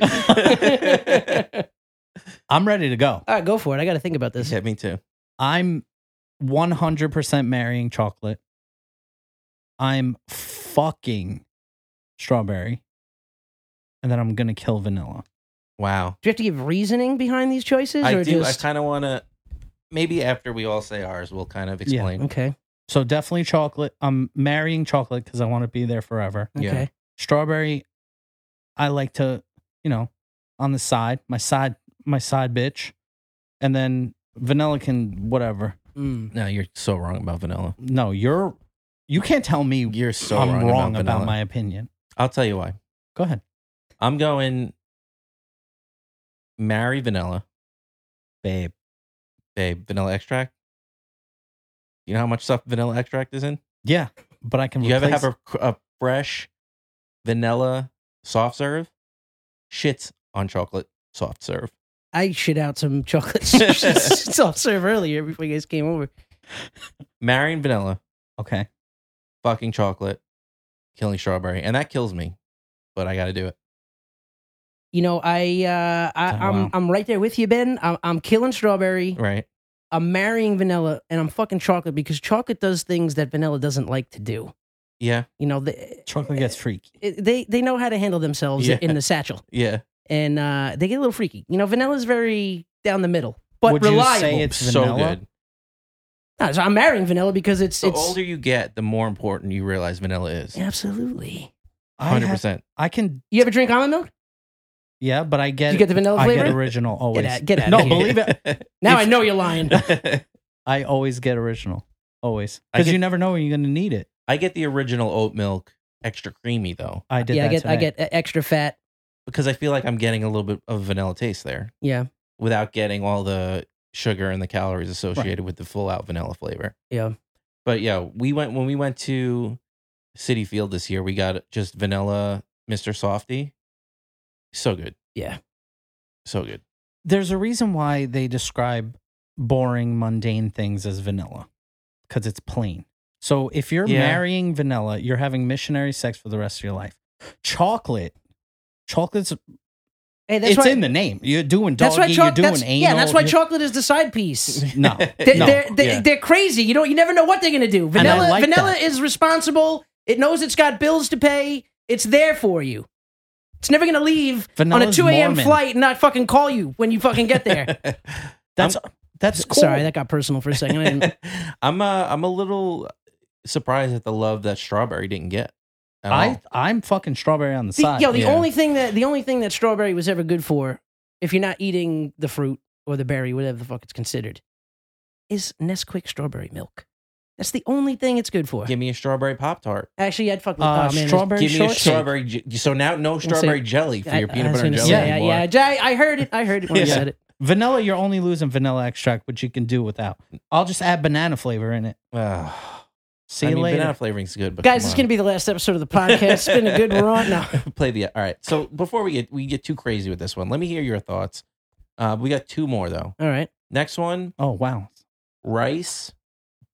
I'm ready to go.
All right, go for it. I got to think about this.
yeah, me too.
I'm 100% marrying chocolate. I'm fucking strawberry. And then I'm going to kill vanilla.
Wow.
Do you have to give reasoning behind these choices,
I
or
do. I
just
kind of want to. Maybe after we all say ours, we'll kind of explain.
okay?
So definitely chocolate. I'm marrying chocolate because I want to be there forever.
Yeah.
Okay.
Strawberry, I like to, you know, on the side, my side, my side bitch. And then vanilla can whatever.
Mm.
No, you're so wrong about vanilla.
No, you're, you can't tell me
You're so
I'm
wrong,
wrong,
about,
about,
vanilla.
my opinion.
I'll tell you why.
Go ahead.
I'm going marry vanilla,
Babe.
babe. Vanilla extract. You know how much stuff vanilla extract is in?
Yeah, but I can
You ever
replace
have a, a fresh vanilla soft serve? Shits on chocolate soft serve.
I shit out some chocolate soft serve earlier before you guys came over.
Marrying vanilla.
Okay.
fucking chocolate, killing strawberry, and that kills me. But I got to do it.
You know, I, uh, I
Oh,
I'm
wow.
I'm right there with you, Ben. I'm, I'm killing
Mm.
strawberry.
Right?
I'm marrying vanilla, and I'm fucking chocolate because chocolate does things that vanilla doesn't like to do.
Yeah.
You know, the,
Chocolate gets freaky.
it- they they know how to handle themselves
Yeah.
in the satchel.
Yeah.
and uh, they get a little freaky. You know, vanilla's very down the middle, but
Would you
reliable.
say it's
so
vanilla?
good.
No, so I'm marrying vanilla because it's
The
it's
older you get, the more important you realize vanilla is.
absolutely.
I have-
Hundred percent.
I can,
You ever drink almond milk?
yeah, but I get
you get the vanilla
I get
flavor?
original always.
Get out, get out.
no,
of here.
believe it.
Now
if-
I know you're lying.
I always get original, always,
I
because
get-
you never know when you're going to need it.
I get the original oat milk extra creamy though,
I did.
yeah, I
that
get I
today.
get uh, extra fat.
because I feel like I'm getting a little bit of vanilla taste there
Yeah,
without getting all the sugar and the calories associated with the full out vanilla flavor.
yeah.
But yeah, we went when we went to City Field this year, we got just vanilla Mr. Softy. So good.
Yeah.
So good.
There's a reason why they describe boring, mundane things as vanilla, because it's plain. So if you're
Yeah.
marrying vanilla, you're having missionary sex for the rest of your life. Chocolate, chocolate's
Hey, that's
it's
why,
in the name. You're doing
that's
doggy.
why
you're
chocolate.
doing
That's,
anal.
yeah, that's why
you're-
chocolate is the side piece.
No,
They,
no.
They're, they
Yeah.
they're crazy. You don't. You never know what they're gonna do.
I
Vanilla.
like
vanilla
that.
is responsible. It knows it's got bills to pay. It's there for you. It's never gonna leave on a
Vanilla's
two a.m.
Mormon.
flight and not fucking call you when you fucking get there.
That's that's cool.
Sorry, that got personal for a second. I didn't,
I'm uh, I'm a little surprised at the love that strawberry didn't get. Uh, at
I
all.
I'm fucking strawberry on the
oh. the,
side.
yo, the
yeah.
only thing that the only thing that strawberry was ever good for, if you're not eating the fruit or the berry, whatever the fuck it's considered, is Nesquik strawberry milk. That's the only thing it's good for.
give me a strawberry pop tart.
Actually, I'd fuck with
Uh,
oh, man, there's-
strawberry
Give me a
shortcake.
strawberry. J- so now no strawberry jelly for
I-
your
I
peanut
was
butter and
gonna
jelly
say,
anymore.
yeah, yeah, I, I heard it. I heard it when you
Yeah.
said it.
Vanilla, you're only losing vanilla extract, which you can do without. I'll just add banana flavor in it.
Ah.
See
I
you
mean,
later.
banana flavoring's good, but
Guys, this is gonna be the last episode of the podcast. It's been a good run. No.
Play the all right. So before we get we get too crazy with this one, let me hear your thoughts. Uh, we got two more though.
All right.
Next one:
oh wow.
rice,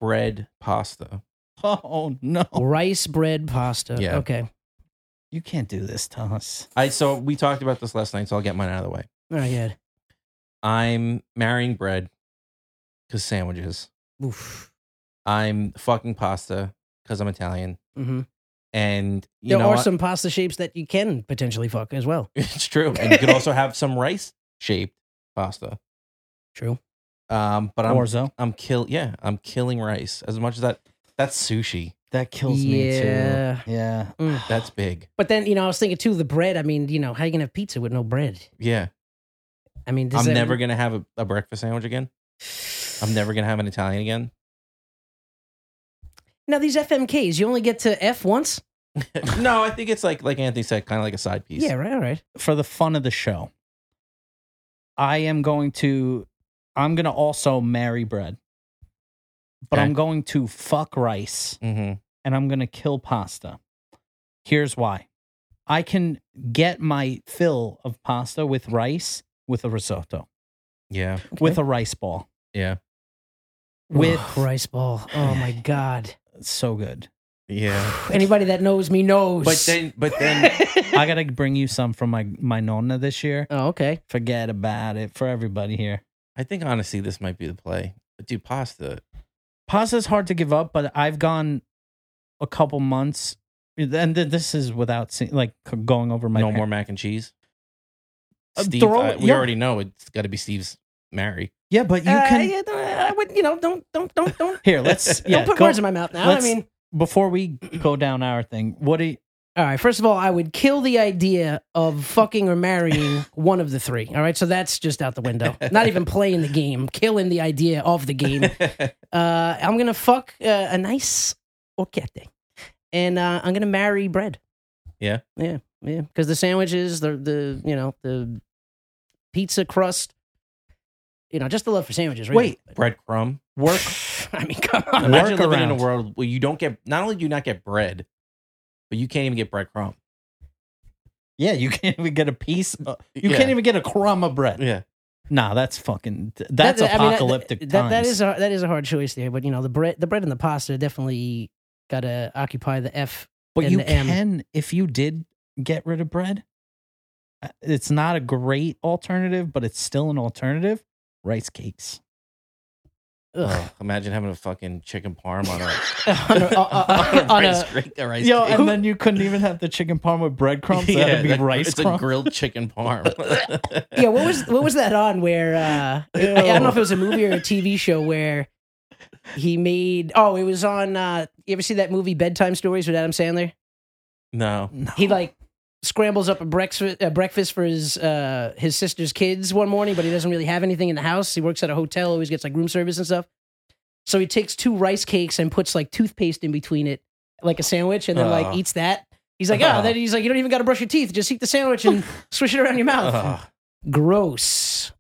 bread, pasta.
Oh no.
Rice bread pasta.
Yeah.
Okay.
You can't do this, Thomas.
I so we talked about this last night, so I'll get mine out of the way.
All right. Yeah.
I'm marrying bread because sandwiches.
Oof.
I'm fucking pasta because I'm Italian,
Mhm.
and you
There
know
are
what?
some pasta shapes that you can potentially fuck as well.
it's true. And you could also have some rice shaped pasta.
True.
Um, but I'm
Orzo.
I'm kill yeah, I'm killing rice as much as that that's sushi.
That kills
Yeah.
me too. Yeah.
Mm.
That's big.
But then you know, I was thinking too. The bread. I mean, you know, how you gonna have pizza with no bread?
Yeah.
I mean, does
I'm
that-
never gonna have a, a breakfast sandwich again. I'm never gonna have an Italian again.
Now these FMKs, you only get to F once.
no, I think it's like like Anthony said, kind of like a side piece.
Yeah. Right. All right.
For the fun of the show, I am going to I'm gonna also marry bread. But
Okay.
I'm going to fuck rice.
Mm-hmm.
and I'm going to kill pasta. Here's why I can get my fill of pasta with rice, with a risotto,
Yeah.
with a rice ball.
Yeah.
With
rice ball. Oh my god.
so good.
Yeah.
Anybody that knows me knows.
But then but then
I got to bring you some from my, my nonna this year.
Oh, okay.
Forget about it for everybody here.
I think honestly this might be the play. But dude, pasta.
Pasta's hard to give up, but I've gone a couple months. And th- this is without se- like c- going over my
no
par-
more mac and cheese.
Uh,
Steve,
throw-
I- we
yeah.
already know it's got to be Steve's Mary.
Yeah, but you
Uh,
can
yeah, no, I would. You know, don't, don't, don't, don't.
here. Let's yeah,
don't put
go-
words in my mouth now. I
let's-
mean,
before we go down our thing. What do you,
all right. First of all, I would kill the idea of fucking or marrying one of the three. All right, so that's just out the window. Not even playing the game. Killing the idea of the game. Uh, I'm gonna fuck uh, a nice orquete, and uh, I'm gonna marry bread.
Yeah?
yeah, yeah. Because the sandwiches, the the you know the pizza crust. You know, just the love for sandwiches. Really.
Wait.
Breadcrumb.
work
I mean, come on.
Imagine living in a
workaround.
world where you don't get not only do you not get bread, but you can't even get breadcrumb.
Yeah, you can't even get a piece. uh, you
Yeah.
can't even get a crumb of bread.
Yeah.
Nah, that's fucking. th- That's
That- I mean, that-
apocalyptic
that, that
times.
is a, that is a hard choice there, but you know the bread the bread and the pasta definitely got to occupy the F.
but
and
you
the M.
can if you did get rid of bread. uh, It's not a great alternative, but it's still an alternative. Rice cakes.
Ugh.
Ugh, Oh, imagine having a fucking chicken parm on a,
on a, on a- on
rice
a-
cake. a rice
yo,
cake.
and then you couldn't even have the chicken parm with breadcrumbs.
Yeah,
That'd be
that-
rice
It's a
crumbs.
grilled chicken parm.
yeah, what was what was that on where uh I, I
Oh.
don't know if it was a movie or a TV show where he made oh, it was on uh you ever see that movie Bedtime Stories with Adam Sandler?
no.
He like scrambles up a breakfast a breakfast for his uh his sister's kids one morning, but he doesn't really have anything in the house. He works at a hotel, always gets like room service and stuff. So he takes two rice cakes and puts like toothpaste in between it, like a sandwich, and then
Oh.
like eats that. He's like,
Uh-huh.
oh, then he's like, you don't even got to brush your teeth. Just eat the sandwich and swish it around your
Oh,
mouth.
Ugh.
Gross.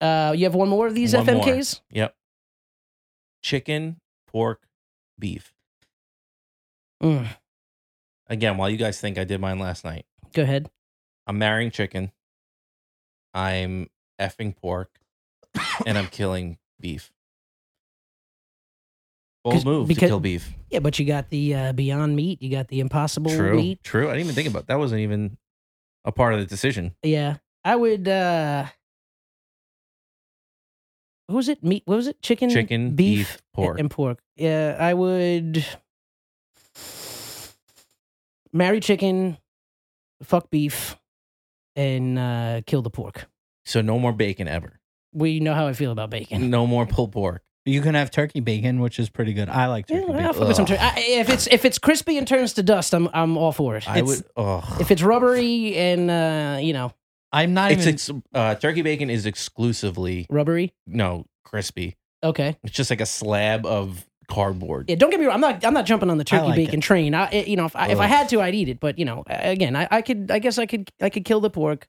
Uh, you have one more of these
One more.
FMKs?
Yep. Chicken, pork, beef.
Mm,
Again, while you guys think I did mine last night,
go ahead.
I'm marrying chicken. I'm effing pork, and I'm killing beef. Bold
'Cause-
move to
because-
kill beef.
Yeah, but you got the uh, Beyond Meat, you got the Impossible Meat.
True. I didn't even think about that. Wasn't even a part of the decision.
Yeah, I would. uh What was it? Meat? What was it? Chicken,
Chicken, beef, pork.
and pork. Yeah, I would marry chicken, fuck beef, and uh kill the pork.
So no more bacon ever.
We know how I feel about bacon.
No more pulled pork.
You can have turkey bacon, which is pretty good. I like
Yeah,
turkey
I'll
bacon.
fuck with some
Ugh.
tur- I, if it's if it's crispy and turns to dust, I'm I'm all for it.
I
It's-
would. Oh,
if it's rubbery and uh, you know
I'm not
it's
even.
ex- uh, turkey bacon is exclusively
rubbery,
no crispy.
okay.
It's just like a slab of cardboard.
Yeah, don't get me wrong. I'm not I'm not jumping on the turkey
like
bacon train. I it- you know if I, if I
Ugh.
had to, I'd eat it. But you know a- again, I, I could I guess I could I could kill the pork.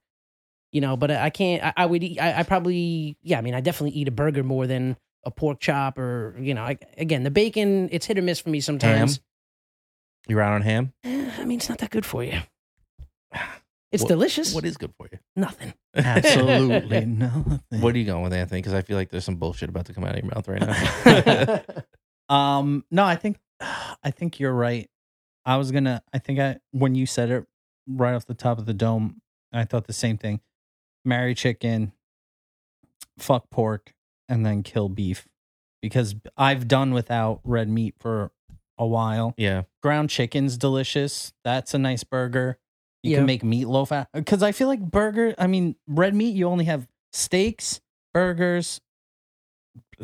You know, but I I can't. I, I would. Eat, I, I probably. Yeah, I mean, I definitely eat a burger more than a pork chop, or you know, I, again, the bacon. It's hit or miss for me sometimes.
You're out on ham.
Eh, I mean, it's not that good for you. It's
What-
delicious.
What is Mm-hmm. good for you?
nothing?
absolutely nothing.
What are you going with, Anthony? Because I feel like there's some bullshit about to come out of your mouth right now.
um no i think i think you're right i was gonna i think i when you said it right off the top of the dome i thought the same thing marry chicken fuck pork and then kill beef because i've done without red meat for a while
yeah.
ground chicken's delicious that's a nice burger you
Yeah.
can make meatloaf out because i feel like burger i mean red meat you only have steaks burgers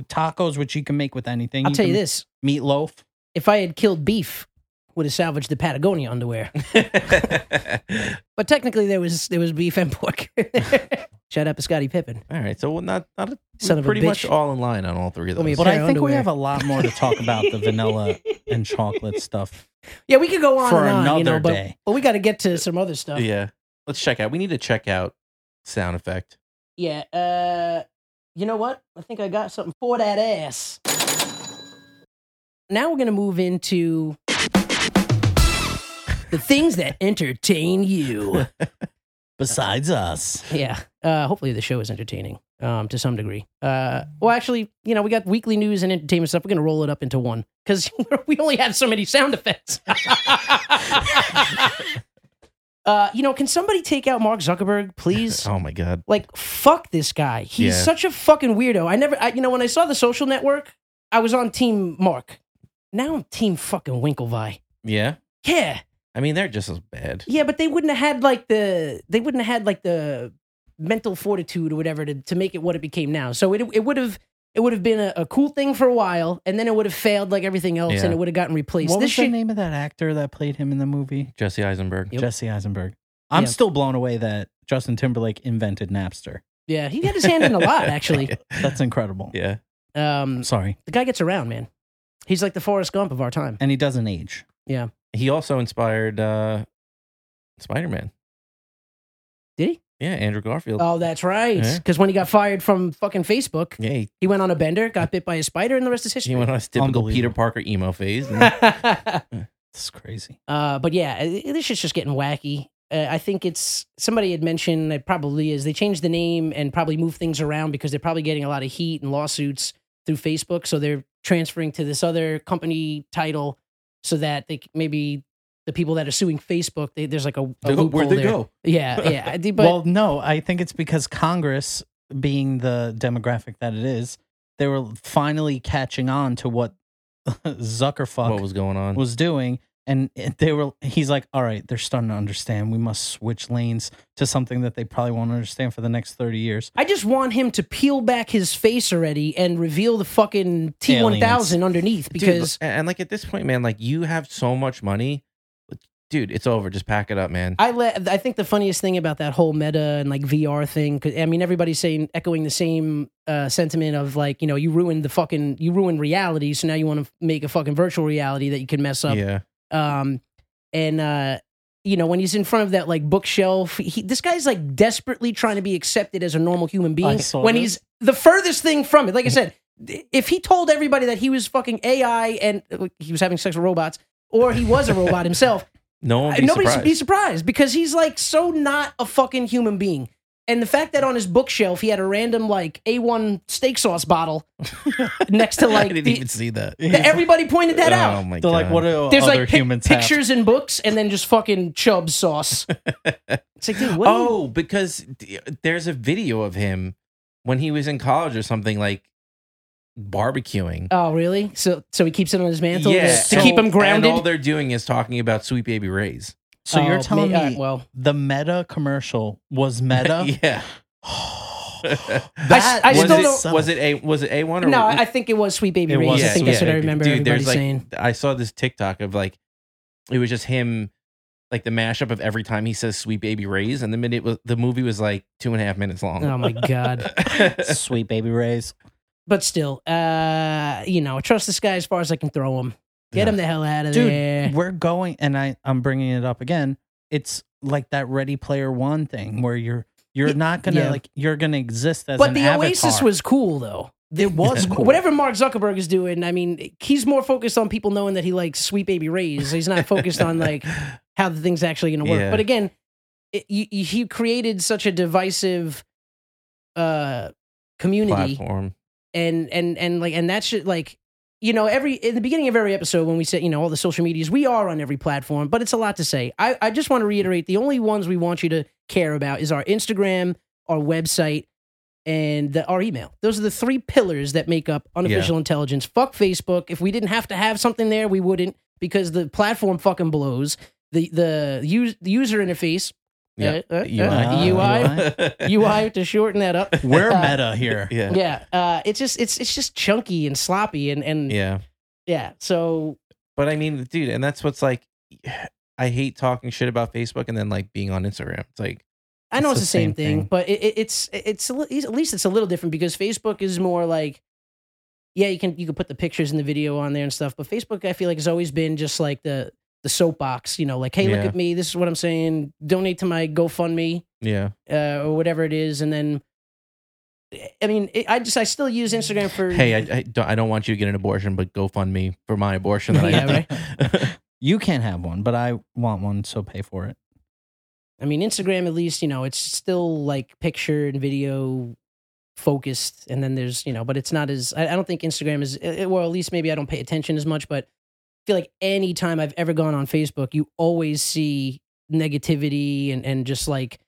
tacos which you can make with anything
I'll tell you
can-
this:
meatloaf.
if I had killed beef, would have salvaged the Patagonia underwear. But technically, there was there was beef and pork. Shout out to Scottie Pippen.
all right. So not not a,
Son of a
pretty much
bitch.
all in line on all three of
Let me
those.
But I
pair
think
of
we
underwear.
have a lot more to talk about the vanilla and chocolate stuff
Yeah, we could go on
for
and on,
another
you know, but,
day.
but we got to get to some other stuff. Yeah,
yeah. Let's check out. We need to check out sound effect.
uh, you know what? I think I got something for that ass. Now we're gonna move into the things that entertain you.
Besides us,
Yeah. Uh, hopefully the show is entertaining um, to some degree. Uh, well, actually, you know, we got weekly news and entertainment stuff. We're going to roll it up into one because we only have so many sound effects. uh, you know, can somebody take out Mark Zuckerberg, please?
Oh my god.
Like, fuck this guy. He's
Yeah.
such a fucking weirdo. I never, I, you know, when I saw the social network, I was on team Mark. Now I'm team fucking Winklevi.
Yeah.
Yeah.
I mean, they're just as bad.
Yeah, but they wouldn't have had like the they wouldn't have had like the mental fortitude or whatever to, to make it what it became now. So it it would have it would have been a, a cool thing for a while, and then it would have failed like everything else,
Yeah.
and it would have gotten replaced.
what
this
was the
shit,
name of that actor that played him in the movie?
Jesse Eisenberg.
Yep.
Jesse Eisenberg. I'm
Yeah.
still blown away that Justin Timberlake invented Napster.
yeah, he had his hand in a lot actually.
That's incredible.
Yeah.
Um,
Sorry,
the guy gets around, man. He's like the Forrest Gump of our time.
and he doesn't age.
He also inspired uh Spider Man.
Did he?
Yeah, Andrew Garfield.
Oh, that's right.
Yeah.
Because when he got fired from fucking Facebook,
yeah, he,
he went on a bender, got bit by a spider, and the rest is history.
he went on his typical
Unbelievable.
Peter Parker emo phase. and-
This is crazy.
Uh, but yeah, i- i- this shit's just getting wacky. Uh, I think it's somebody had mentioned it probably is they changed the name and probably moved things around because they're probably getting a lot of heat and lawsuits through Facebook, so they're transferring to this other company title so that they c- maybe the people that are suing Facebook they, there's like a, a
They go,
loophole
Where'd they
there.
go?
Yeah, yeah. I did- But
well, no, I think it's because Congress, being the demographic that it is, they were finally catching on to what Zuckerfuck
What was going on?
was doing and it- they were he's like all right they're starting to understand we must switch lanes to something that they probably won't understand for the next 30 years
I just want him to peel back his face already and reveal the fucking T one thousand
Aliens.
underneath
Dude,
because
and, and, like at this point, man, like you have so much money, Like, dude. It's over. Just pack it up, man.
I let. I think the funniest thing about that whole meta and like VR thing. 'cause, I mean, everybody's saying echoing the same uh, sentiment of like, you know, you ruined the fucking, you ruined reality, so now you want to make a fucking virtual reality that you can mess up.
yeah,
Um, and uh, you know, when he's in front of that like bookshelf, he, this guy's like desperately trying to be accepted as a normal human being.
saw
when
this.
he's the furthest thing from it. Like I said, if he told everybody that he was fucking AI and uh, he was having sex with robots, or he was a robot himself.
no one. Be
Nobody should
surprised.
be surprised because he's like so not a fucking human being. And the fact that on his bookshelf he had a random like A1 steak sauce bottle next to
I
like
didn't
the-
even see that.
that everybody pointed that
Oh
out.
my god!
they're like what do
There's
other
like pic-
humans have?
pictures and books and then just fucking chub sauce. it's like, dude, what? are you-
oh, because th- there's a video of him when he was in college or something, like barbecuing.
oh, really? So so he keeps it on his mantle to, to
so-
keep him
And all
grounded.
they're doing is talking about Sweet Baby Ray's.
so you're
Oh,
telling me,
may- all right, well,
the meta commercial was meta
yeah.
that
I
was
still
it,
don't-
Was it a was it a one or
no, I I think it was Sweet Baby
It
Ray's.
was
I think that's
Sweet
what I
Baby-
remember
dude,
everybody
there's, like,
saying.
I saw this TikTok of like it was just him like the mashup of every time he says "Sweet Baby Ray's," and the minute was the movie was like two and a half minutes long.
Oh my god.
sweet baby rays
But still, uh, you know, I trust this guy as far as I can throw him. Get him the hell out of
dude
there.
we're going and i i'm bringing it up again it's like that ready player one thing where you're you're
Yeah,
not gonna
yeah.
like you're gonna exist as
But
an
the Oasis
avatar.
was cool though.
it was cool
Whatever Mark Zuckerberg is doing, I mean, he's more focused on people knowing that he likes Sweet Baby Ray's. He's not focused on like how the thing's actually going to work.
Yeah.
But again, it, you, you, he created such a divisive uh, community.
platform.
and and and like and that should like you know every in the beginning of every episode when we say you know all the social medias we are on every platform but it's a lot to say i i just want to reiterate the only ones we want you to care about is our instagram our website and the, our email those are the three pillars that make up unofficial intelligence fuck facebook if we didn't have to have something there we wouldn't because the platform fucking blows the the, us, the user interface
Yeah.
uh, uh,
UI.
uh, ui ui to shorten that up
we're
Uh,
meta here
yeah.
yeah uh it's just it's it's just chunky and sloppy and and yeah,
Yeah.
so
But I mean, dude, and that's what's like I hate talking shit about Facebook and then like being on Instagram. It's like
i know it's
It's
the
the
same,
same
thing,
thing.
but it, it, it's it's a, li- at least it's a little different because facebook is more like yeah you can you can put the pictures and the video on there and stuff but facebook i feel like has always been just like the the soapbox you know like hey look
Yeah.
at me this is what i'm saying donate to my gofundme
yeah.
uh, or whatever it is and then i mean it, i just i still use instagram for
Hey, I, I don't I don't want you to get an abortion, but go fund me for my abortion that
Yeah,
I
right.
you can't have one but i want one so pay for it
I mean, Instagram at least, you know, it's still like picture and video focused, and then there's you know, but it's not as I, I don't think Instagram is eh, eh, well, at least maybe I don't pay attention as much, but I feel like any time I've ever gone on Facebook, you always see negativity and and just like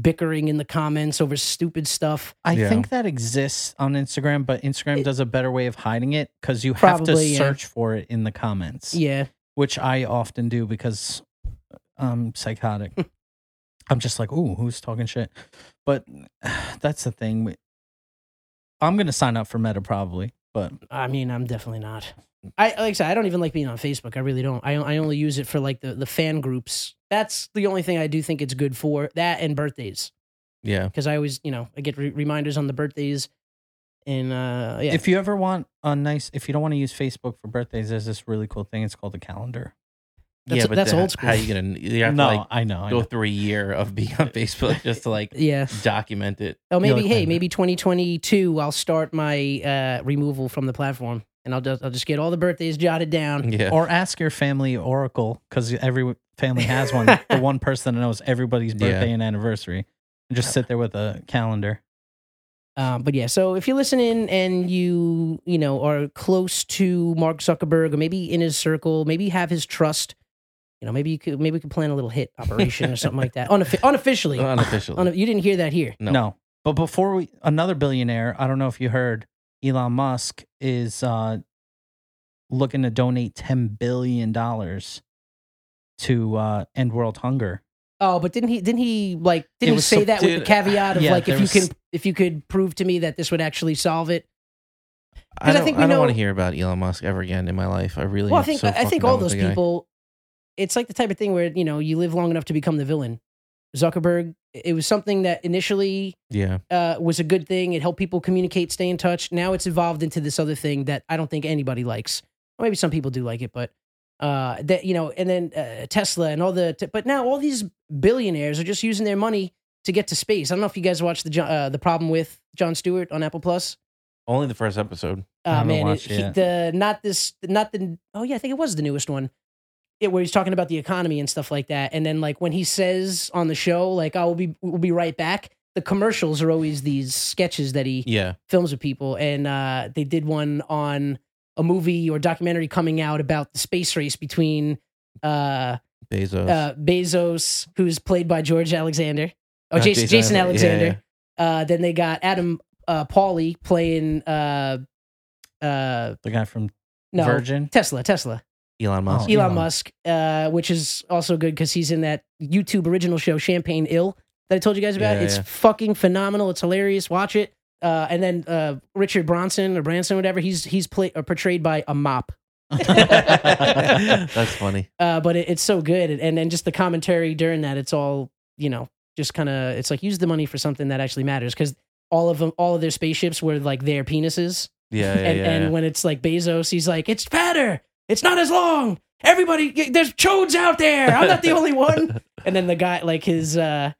bickering in the comments over stupid stuff.
i
Yeah.
think that exists on instagram but instagram
It-
does a better way of hiding it because you have to
Probably, yeah.
search for it in the comments
Yeah,
which i often do because i'm psychotic i'm just like ooh who's talking shit but that's the thing i'm gonna sign up for meta probably but
I mean, I'm definitely not. I like I said, I don't even like being on Facebook. I really don't. I I only use it for like the the fan groups. That's the only thing I do think it's good for. That and birthdays.
yeah.
because I always, you know, I get re- reminders on the birthdays. And uh, yeah,
if you ever want a nice if you don't want to use facebook for birthdays there's this really cool thing it's called a calendar
That's-
yeah, but
that's
then
old school.
How you gonna you have
no
to like
i know, I
go
know.
through a year of being on Facebook just to like
yeah.
document it.
Oh, maybe
like
hey,
that.
maybe 2022, I'll start my uh, removal from the platform, and I'll just I'll just get all the birthdays jotted down.
Yeah.
or ask your family oracle because every family has one the one person that knows everybody's
Yeah.
birthday and anniversary and just sit there with a calendar
Um, but yeah, so if you're listening and you you know are close to Mark Zuckerberg, or maybe in his circle, maybe you have his trust. You know, maybe you could maybe we could plan a little hit operation or something like that, Unoffi- unofficially.
unofficial.
Uno- you didn't hear that here.
No.
no. but before we another billionaire i don't know if you heard Elon Musk is uh, looking to donate ten billion dollars to uh, end world hunger.
Oh, but didn't he? Didn't he like? Didn't
It
he
was
say
some-
that with the
dude,
caveat of
yeah,
like, if
there
you
was-
can, if you could prove to me that this would actually solve it?
I
'Cause I
don't,
think
I
we
don't
know-
want to hear about Elon Musk ever again in my life. I really.
well, I
am
think
so
I
fucking
think all
done with
those
the guy.
people. It's like the type of thing where you know you live long enough to become the villain. Zuckerberg. It was something that initially
Yeah,
uh, was a good thing. It helped people communicate, stay in touch. Now it's evolved into this other thing that I don't think anybody likes. Or maybe some people do like it, but uh, that you know, and then uh, Tesla and all the. T- but now all these billionaires are just using their money to get to space. I don't know if you guys watched the Jo- uh, the problem with John Stewart on Apple Plus.
only the first episode.
I
Uh,
haven't
man, it,
watched it
he,
yet.
the not this, not the. Oh yeah, I think it was the newest one. It, where he's talking about the economy and stuff like that, and then like when he says on the show, like I will be, we'll be right back. The commercials are always these sketches that he
Yeah,
films with people, and uh, they did one on a movie or documentary coming out about the space race between uh,
Bezos.
uh, Bezos, who's played by George Alexander, or
Not
Jason, oh, Jason,
Ale-
Alexander. Uh, then they got Adam uh, Pauly playing uh, uh,
The guy from
no
Virgin.
Tesla, Tesla,
Yeah, yeah. Elon Musk.
Oh,
Elon,
Elon.
Musk, uh, which is also good because he's in that YouTube original show Champagne Ill that I told you guys about.
Yeah,
it's
yeah.
fucking phenomenal. It's hilarious. Watch it. Uh, and then uh, Richard Bronson or Branson, whatever he's he's play, or portrayed by a mop.
That's funny.
uh, but it, it's so good. And then just the commentary during that, it's all you know, just kind of it's like use the money for something that actually matters because all of them, all of their spaceships were like their penises,
Yeah, yeah,
and
yeah.
and
yeah.
when it's like Bezos, he's like, it's fatter, it's not as long. Everybody, y- there's chodes out there. I'm not the only one. And then the guy, like his, uh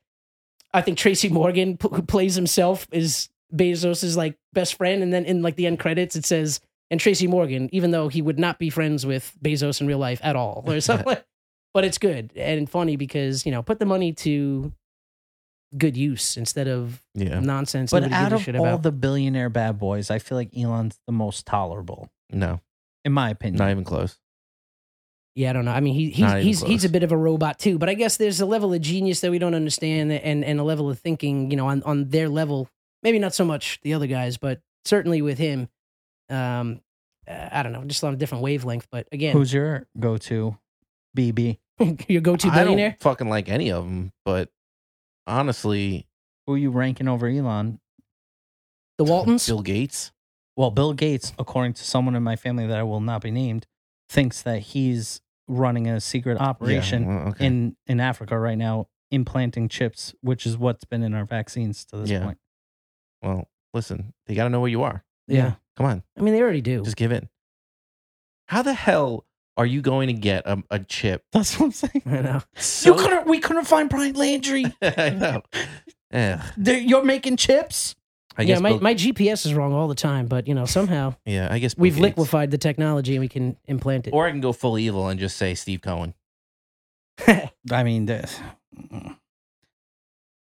I think Tracy Morgan, p- who plays himself, is Bezos's like best friend. And then in like the end credits, it says. And Tracy Morgan, even though he would not be friends with Bezos in real life at all, or something, but it's good and funny because you know put the money to good use instead of
yeah.
nonsense.
But
nobody
out
gives a
of
shit
all
about.
the billionaire bad boys, I feel like Elon's the most tolerable,
No,
in my opinion.
not even close.
yeah, I don't know. I mean, he, he's
Not even
he's
close.
he's a bit of a robot too. But I guess there's a level of genius that we don't understand, and and a level of thinking, you know, on on their level. Maybe not so much the other guys, but certainly with him, um, uh, I don't know, just on a different wavelength. But again,
Who's your go to BB?
your go-to
I don't
billionaire?
fucking like any of them, but honestly,
Who you ranking over Elon?
The Waltons.
Bill Gates.
Well, Bill Gates, according to someone in my family that I will not be named, thinks that he's running a secret operation
Yeah, well, okay.
in, in Africa right now, implanting chips, which is what's been in our vaccines to this
Yeah.
point.
well, listen, they got to know where you are.
Yeah.
Come on,
I mean, they already do.
just give in. How the hell are you going to get a, a chip?
That's what I'm saying.
I know.
So-
you couldn't, we couldn't find Brian Landry.
I know. Yeah,
They're- you're making chips?
I
yeah,
guess.
my,
Bill-
my GPS is wrong all the time, but you know somehow
yeah, I guess Bill
we've
Gates.
liquefied the technology and we can implant it.
Or I can go full evil and just say Steve Cohen.
I mean, this.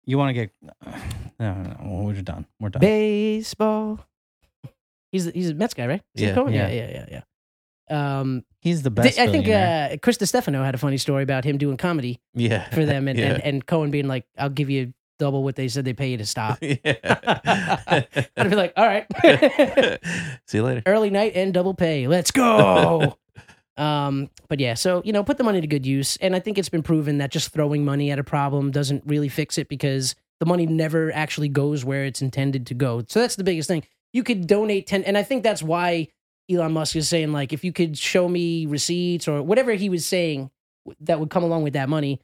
You want to get? No, no, no. We're done. We're done.
Baseball. He's he's a Mets guy, right? Is he
Yeah.
Cohen?
Yeah.
yeah, yeah, yeah, yeah. Um,
He's the
th-
best.
I think
billionaire.
uh, Chris Stefano had a funny story about him doing comedy
Yeah.
for them, and,
yeah.
and, and Cohen being like, "I'll give you double what they said they pay you to stop." I'd
yeah.
be like, "All right."
See you later.
early night and double pay. Let's
Oh,
go. um, but yeah, so you know, put the money to good use, and I think it's been proven that just throwing money at a problem doesn't really fix it because the money never actually goes where it's intended to go. So that's the biggest thing. You could donate ten, and I think that's why Elon Musk is saying like, if you could show me receipts or whatever he was saying that would come along with that money.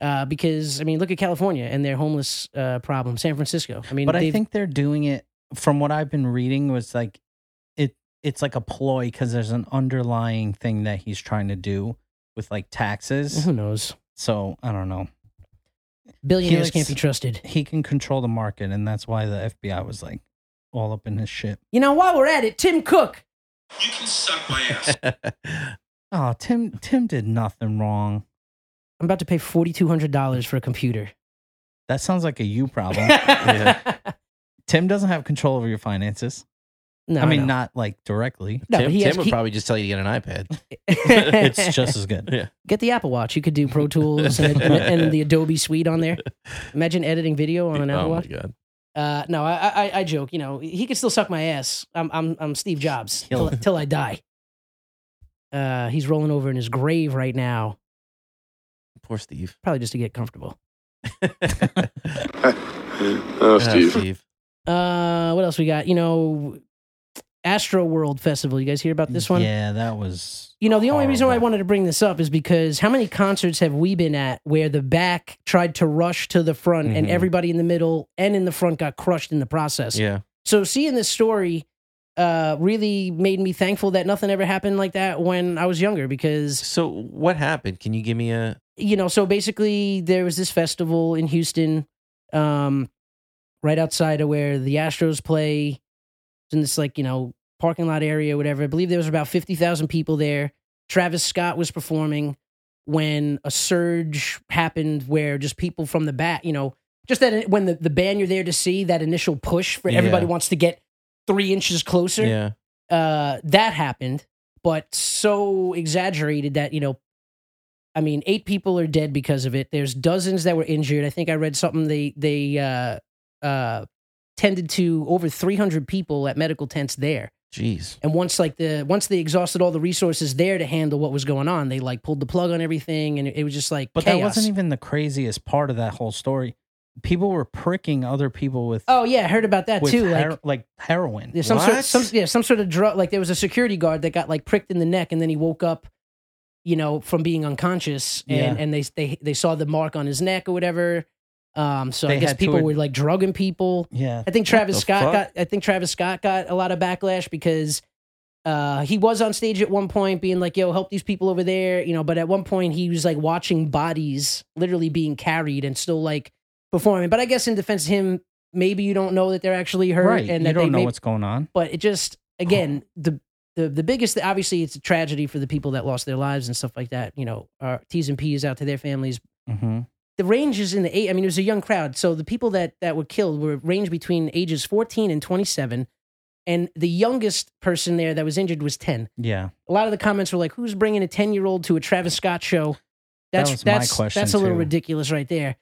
Uh, because I mean, look at California and their homeless uh, problem. San Francisco. I mean,
but I
they've-
think they're doing it. From what I've been reading, was like it. It's like a ploy because there's an underlying thing that he's trying to do with like taxes.
who knows?
So I don't know.
Billionaires
likes-
can't be trusted.
He can control the market, and that's why the FBI was like all up in his shit.
You know, while we're at it, Tim Cook.
You can suck my ass.
Oh, Tim. Tim did nothing wrong.
I'm about to pay forty two hundred dollars for a computer.
That sounds like a you problem.
Yeah.
Tim doesn't have control over your finances.
No,
I mean,
no.
not like directly.
No,
Tim,
but he
Tim
has-
would
he-
probably just tell you to get an iPad.
It's just as good.
get the Apple Watch. You could do Pro Tools and, and the Adobe Suite on there. Imagine editing video on an
oh
Apple
my
Watch.
god.
Uh, no, I, I, I joke. You know, he could still suck my ass. I'm, I'm, I'm Steve Jobs
Kill
till, till I die. Uh, he's rolling over in his grave right now,
Poor Steve.
probably just to get comfortable.
Ah,
Oh, Steve.
Uh, what else we got? You know, Astro World Festival. You guys hear about this one?
Yeah, that was.
You know, the only reason why I
horrible.
wanted to bring this up is because how many concerts have we been at where the back tried to rush to the front and
Mhm.
everybody in the middle and in the front got crushed in the process?
Yeah.
So seeing this story uh, really made me thankful that nothing ever happened like that when I was younger because,
So what happened? Can you give me a?
you know, so basically there was this festival in Houston um, right outside of where the Astros play in this, like, you know, parking lot area, whatever. I believe there was about 50,000 people there. Travis Scott was performing when a surge happened where just people from the back, you know, just that when the, the band you're there to see, that initial push for everybody
Yeah.
wants to get three inches closer
Yeah.
uh, that happened, but so exaggerated that, you know, I mean, eight people are dead because of it. There's dozens that were injured. I think I read something they they uh, uh, tended to over 300 people at medical tents there.
Jeez.
And once like the once they exhausted all the resources there to handle what was going on, they like pulled the plug on everything, and it, it was just like
But
chaos.
that wasn't even the craziest part of that whole story. People were pricking other people with
oh yeah, I heard about that
with
too.
hero-
like
like heroin.
there's some sort
What?
some yeah some sort of drug. Like there was a security guard that got like pricked in the neck, and then he woke up, you know, from being unconscious, and
Yeah.
and they they they saw the mark on his neck or whatever. Um, so I
They
guess
had to
people
ad-
were like drugging people.
Yeah,
I think Travis
the
Scott
fuck?
got I think Travis Scott got a lot of backlash because uh he was on stage at one point being like, yo, help these people over there, you know, but at one point he was like watching bodies literally being carried and still like performing. But I guess in defense of him, maybe you don't know that they're actually hurt
right.
and that
you
they
don't know
may-
what's going on.
but it just again the the the biggest obviously it's a tragedy for the people that lost their lives and stuff like that, you know, our T's and P's out to their families,
Mm-hmm.
the range is in the eight. I mean, it was a young crowd, so the people that that were killed were ranged between ages fourteen and twenty seven, and the youngest person there that was injured was ten.
Yeah,
A lot of the comments were like, "Who's bringing a ten year old to a Travis Scott show?"
That
That's
was my
that's
question,
that's a little
too.
ridiculous right there.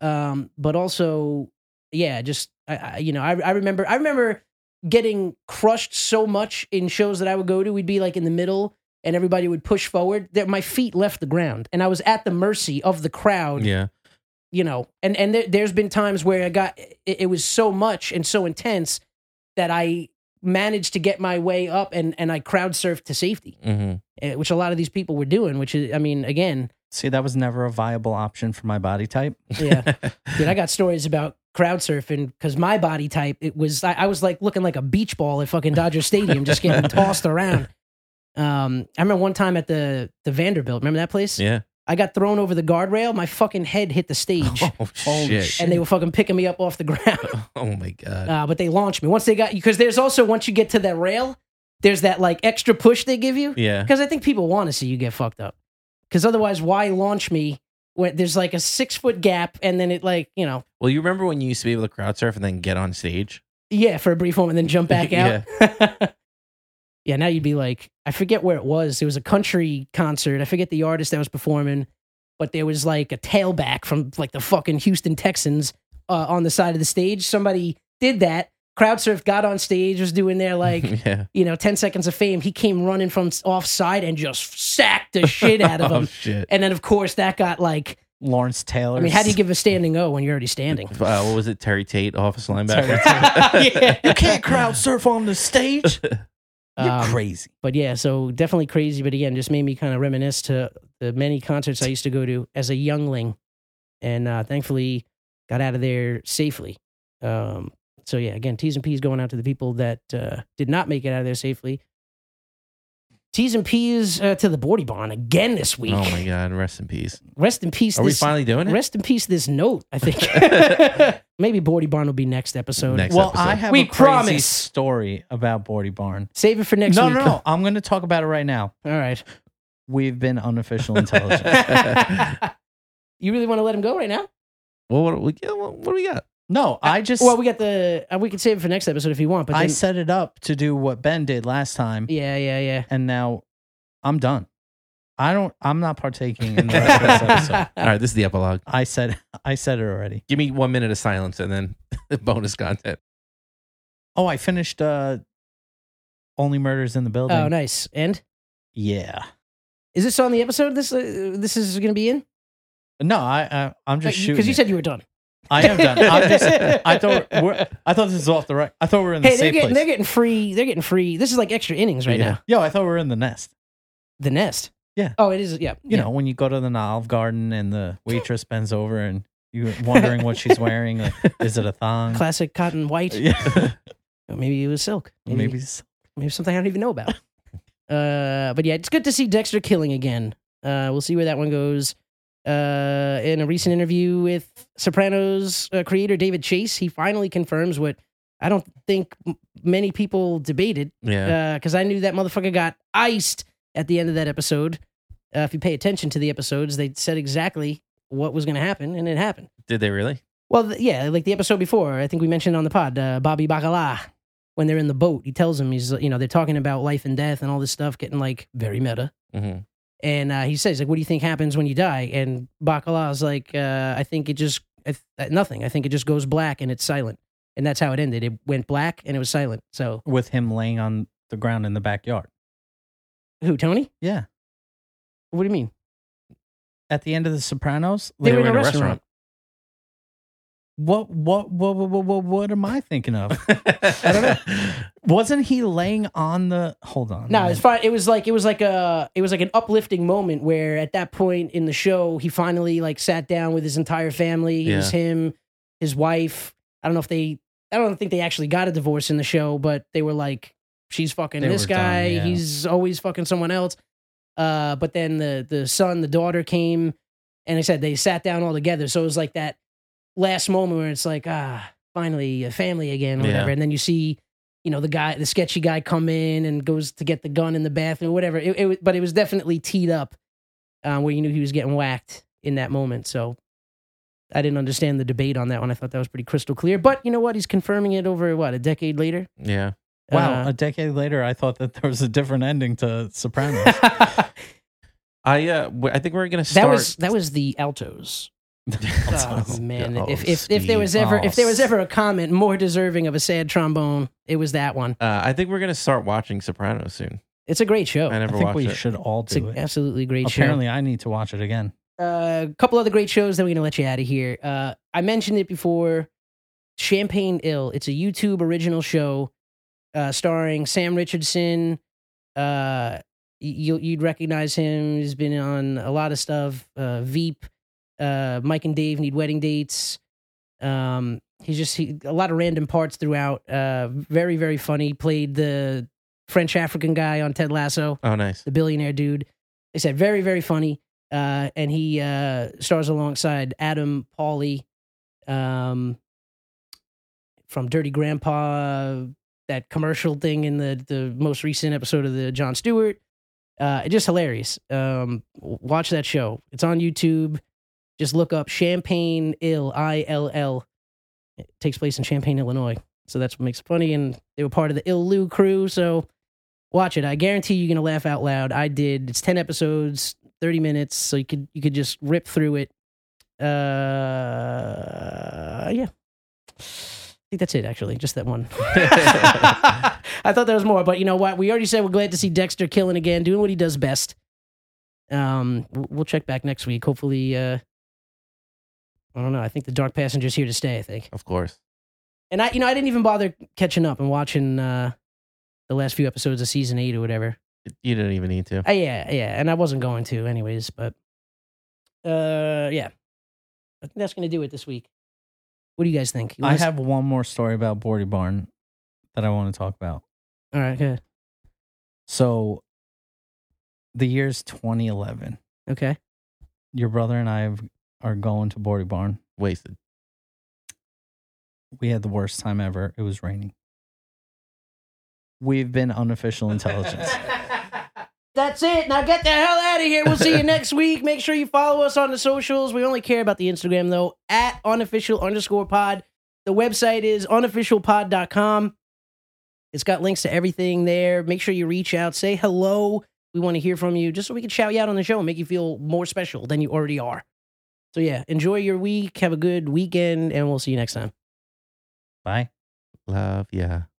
Um, but also, yeah, just I, I you know I I remember I remember getting crushed so much in shows that I would go to. We'd be like in the middle. And everybody would push forward. That my feet left the ground, and I was at the mercy of the crowd
Yeah.
you know and and there, there's been times where i got it, it was so much and so intense that i managed to get my way up and and i crowd surfed to safety
hmm
eh, which a lot of these people were doing which is i mean again
see, that was never a viable option for my body type.
yeah dude i got stories about crowd surfing because my body type it was I, I was like looking like a beach ball at fucking dodger stadium just getting tossed around um i remember one time at the the vanderbilt remember that place
yeah.
i got thrown over the guardrail my fucking head hit the stage
Oh shit.
and they were fucking picking me up off the ground
Oh my god.
uh, but they launched me once they got you because there's also once you get to that rail there's that like extra push they give you
yeah.
because i think people want to see you get fucked up because otherwise why launch me when there's like a six foot gap and then it like you know
Well, you remember when you used to be able to crowd surf and then get on stage?
yeah for a brief moment and then jump back out yeah. now you'd be like i forget where it was it was a country concert i forget the artist that was performing but there was like a tailback from like the fucking houston texans uh, on the side of the stage somebody did that crowd surf got on stage was doing their like
yeah.
you know, 10 seconds of fame, he came running from offside and just sacked the shit out of
oh
him.
shit.
And then, of course, that got like,
Lawrence Taylor.
I mean, how do you give a standing O when you're already standing?
Uh, what was it? Terry Tate, office linebacker. Oh,
Yeah.
you can't crowd surf on the stage. You're
Um,
crazy.
But yeah, so definitely crazy. But again, just made me kind of reminisce to the many concerts I used to go to as a youngling. And uh, thankfully got out of there safely. Um, so yeah, again, T's and P's going out to the people that uh, did not make it out of there safely. T's and P's uh, to the Bordy Barn again this week.
Oh my god. Rest in peace.
Rest in peace.
Are we
this,
finally doing it?
Rest in peace. This note, I think. Maybe Bordy Barn will be next episode.
Next
Well,
episode.
I have
We
a crazy
promise.
story about Bordy Barn.
Save it for next
no,
week.
no, no. I'm going to talk about it right now.
no. All right.
We've been unofficial intelligence.
you really want to let him go right now?
well, what, we, yeah, what, what do we got?
no, I just
Well, we got the. Uh, we can save it for next episode if you want. But
I
then,
set it up to do what Ben did last time,
yeah, yeah,
and now I'm done. I don't. I'm not partaking in the rest of this episode.
yeah.
All right. This is the epilogue.
I said I said it already.
Give me one minute of silence and then the bonus content.
Oh, I finished uh Only Murders in the Building.
Oh, nice. And
Yeah.
is this on the episode? This uh, this is going to be in
No, I, I I'm just shooting.
because you
it.
said you were done.
I am done. I'm just, I thought we're, I thought this was off the right. I thought we were in the
Hey, they're
safe
getting they're
place.
getting free. They're getting free. This is like extra innings right
yeah.
now.
Yo, I thought we were in the nest.
The nest.
Yeah.
Oh, it is. Yeah.
You know, when you go to the Olive Garden and the waitress bends over and you're wondering what she's wearing. Like, is it a thong?
classic cotton white.
Yeah.
Or Maybe it was silk.
Maybe. so.
maybe something I don't even know about. uh, but yeah, it's good to see Dexter killing again. Uh, we'll see where that one goes. Uh, in a recent interview with Sopranos uh, creator David Chase, he finally confirms what I don't think m- many people debated
Yeah.
because I knew that motherfucker got iced at the end of that episode. Uh, if you pay attention to the episodes, they said exactly what was going to happen, and it happened.
Did they really?
Well, th- yeah, like the episode before, I think we mentioned on the pod, uh, Bobby Bacala, when they're in the boat, he tells him he's, you know, they're talking about life and death and all this stuff, getting like very meta.
Mm-hmm.
And uh, he says, like, what do you think happens when you die? And Bacala's like, uh, I think it just, I th- uh, nothing. I think it just goes black and it's silent. And that's how it ended. It went black and it was silent. So
With him laying on the ground in the backyard.
who, Tony?
Yeah.
What do you mean?
At the end of The Sopranos,
They
like,
were in a restaurant.
what, what, what, what, what, what, what am I thinking of? I don't know. Wasn't he laying on the? Hold on.
No, it's fine. It was like it was like a it was like an uplifting moment where at that point in the show he finally like sat down with his entire family. It was him, his wife. I don't know if they I don't think they actually got a divorce in the show, but they were like, she's fucking
They
this
were done,
guy.
yeah.
He's always fucking someone else. Uh, but then the the son, the daughter came, and I said they sat down all together. So it was like that last moment where it's like ah, finally a family again, or
Yeah.
whatever. And then you see you know the guy the sketchy guy come in and goes to get the gun in the bathroom whatever it, it was- but it was definitely teed up uh, where you knew he was getting whacked in that moment so i didn't understand the debate on that one i thought that was pretty crystal clear but you know what he's confirming it over what a decade later
Yeah.
Wow,
Uh-huh.
Uh,
a decade later, I thought that there was a different ending to
Hmm.
Sopranos.
I uh, w- I think we're gonna start.
that was that was the altos oh man
Oh,
if, if, if there was
Steve.
ever
Oh,
if there was ever a comment more deserving of a sad trombone it was that one
Uh, I think we're gonna start watching Sopranos soon.
it's a great show
I
I
never
think
watched
we
it.
should all
it's
do
an
it.
absolutely great show
Apparently, I need to watch it again.
a couple other great shows. Then we're gonna let you out of here. Uh, I mentioned it before. Champagne Ill. It's a YouTube original show uh, starring Sam Richardson. Uh, you, you'd recognize him. He's been on a lot of stuff. Uh, Veep. Uh, Mike and Dave need wedding dates. Um, he's just he, a lot of random parts throughout. Uh, very very funny. Played the French African guy on Ted Lasso
Oh, nice.
the billionaire dude. They said very, very funny. Uh, and he uh, stars alongside Adam Pauly um, from Dirty Grandpa, that commercial thing in the, the most recent episode of the John Stewart. Uh, it's just hilarious. Um, w- watch that show. It's on YouTube. Just look up Champagne Ill, I L L. It takes place in Champaign, Illinois. So that's what makes it funny. And they were part of the Ill Lou crew. So watch it. I guarantee you're gonna laugh out loud. I did. It's ten episodes, thirty minutes, so you could you could just rip through it. Uh, yeah. I think that's it. Actually, just that one. I thought there was more, but you know what? We already said we're glad to see Dexter killing again, doing what he does best. Um, w- we'll check back next week. Hopefully, uh, I don't know. I think the Dark Passenger's here to stay. I think.
Of course.
And I, you know, I didn't even bother catching up and watching uh, the last few episodes of season eight or whatever.
You didn't even need to.
Uh, yeah, yeah, and I wasn't going to anyways, but uh, yeah, I think that's gonna do it this week. What do you guys think? You
I
wanna-
have one more story about Bordy Barn that I want to talk about.
All right. Good.
So, the year's 2011.
Okay.
Your brother and I have, are going to Bordy Barn.
Wasted.
We had the worst time ever. It was raining. We've been unofficial intelligence.
That's it. Now get the hell out of here. We'll see you next week. Make sure you follow us on the socials. We only care about the Instagram though, at unofficial underscore pod. The website is unofficialpod.com. It's got links to everything there. Make sure you reach out, say hello. We want to hear from you just so we can shout you out on the show and make you feel more special than you already are. So, yeah, enjoy your week. Have a good weekend, and we'll see you next time.
Bye.
Love ya.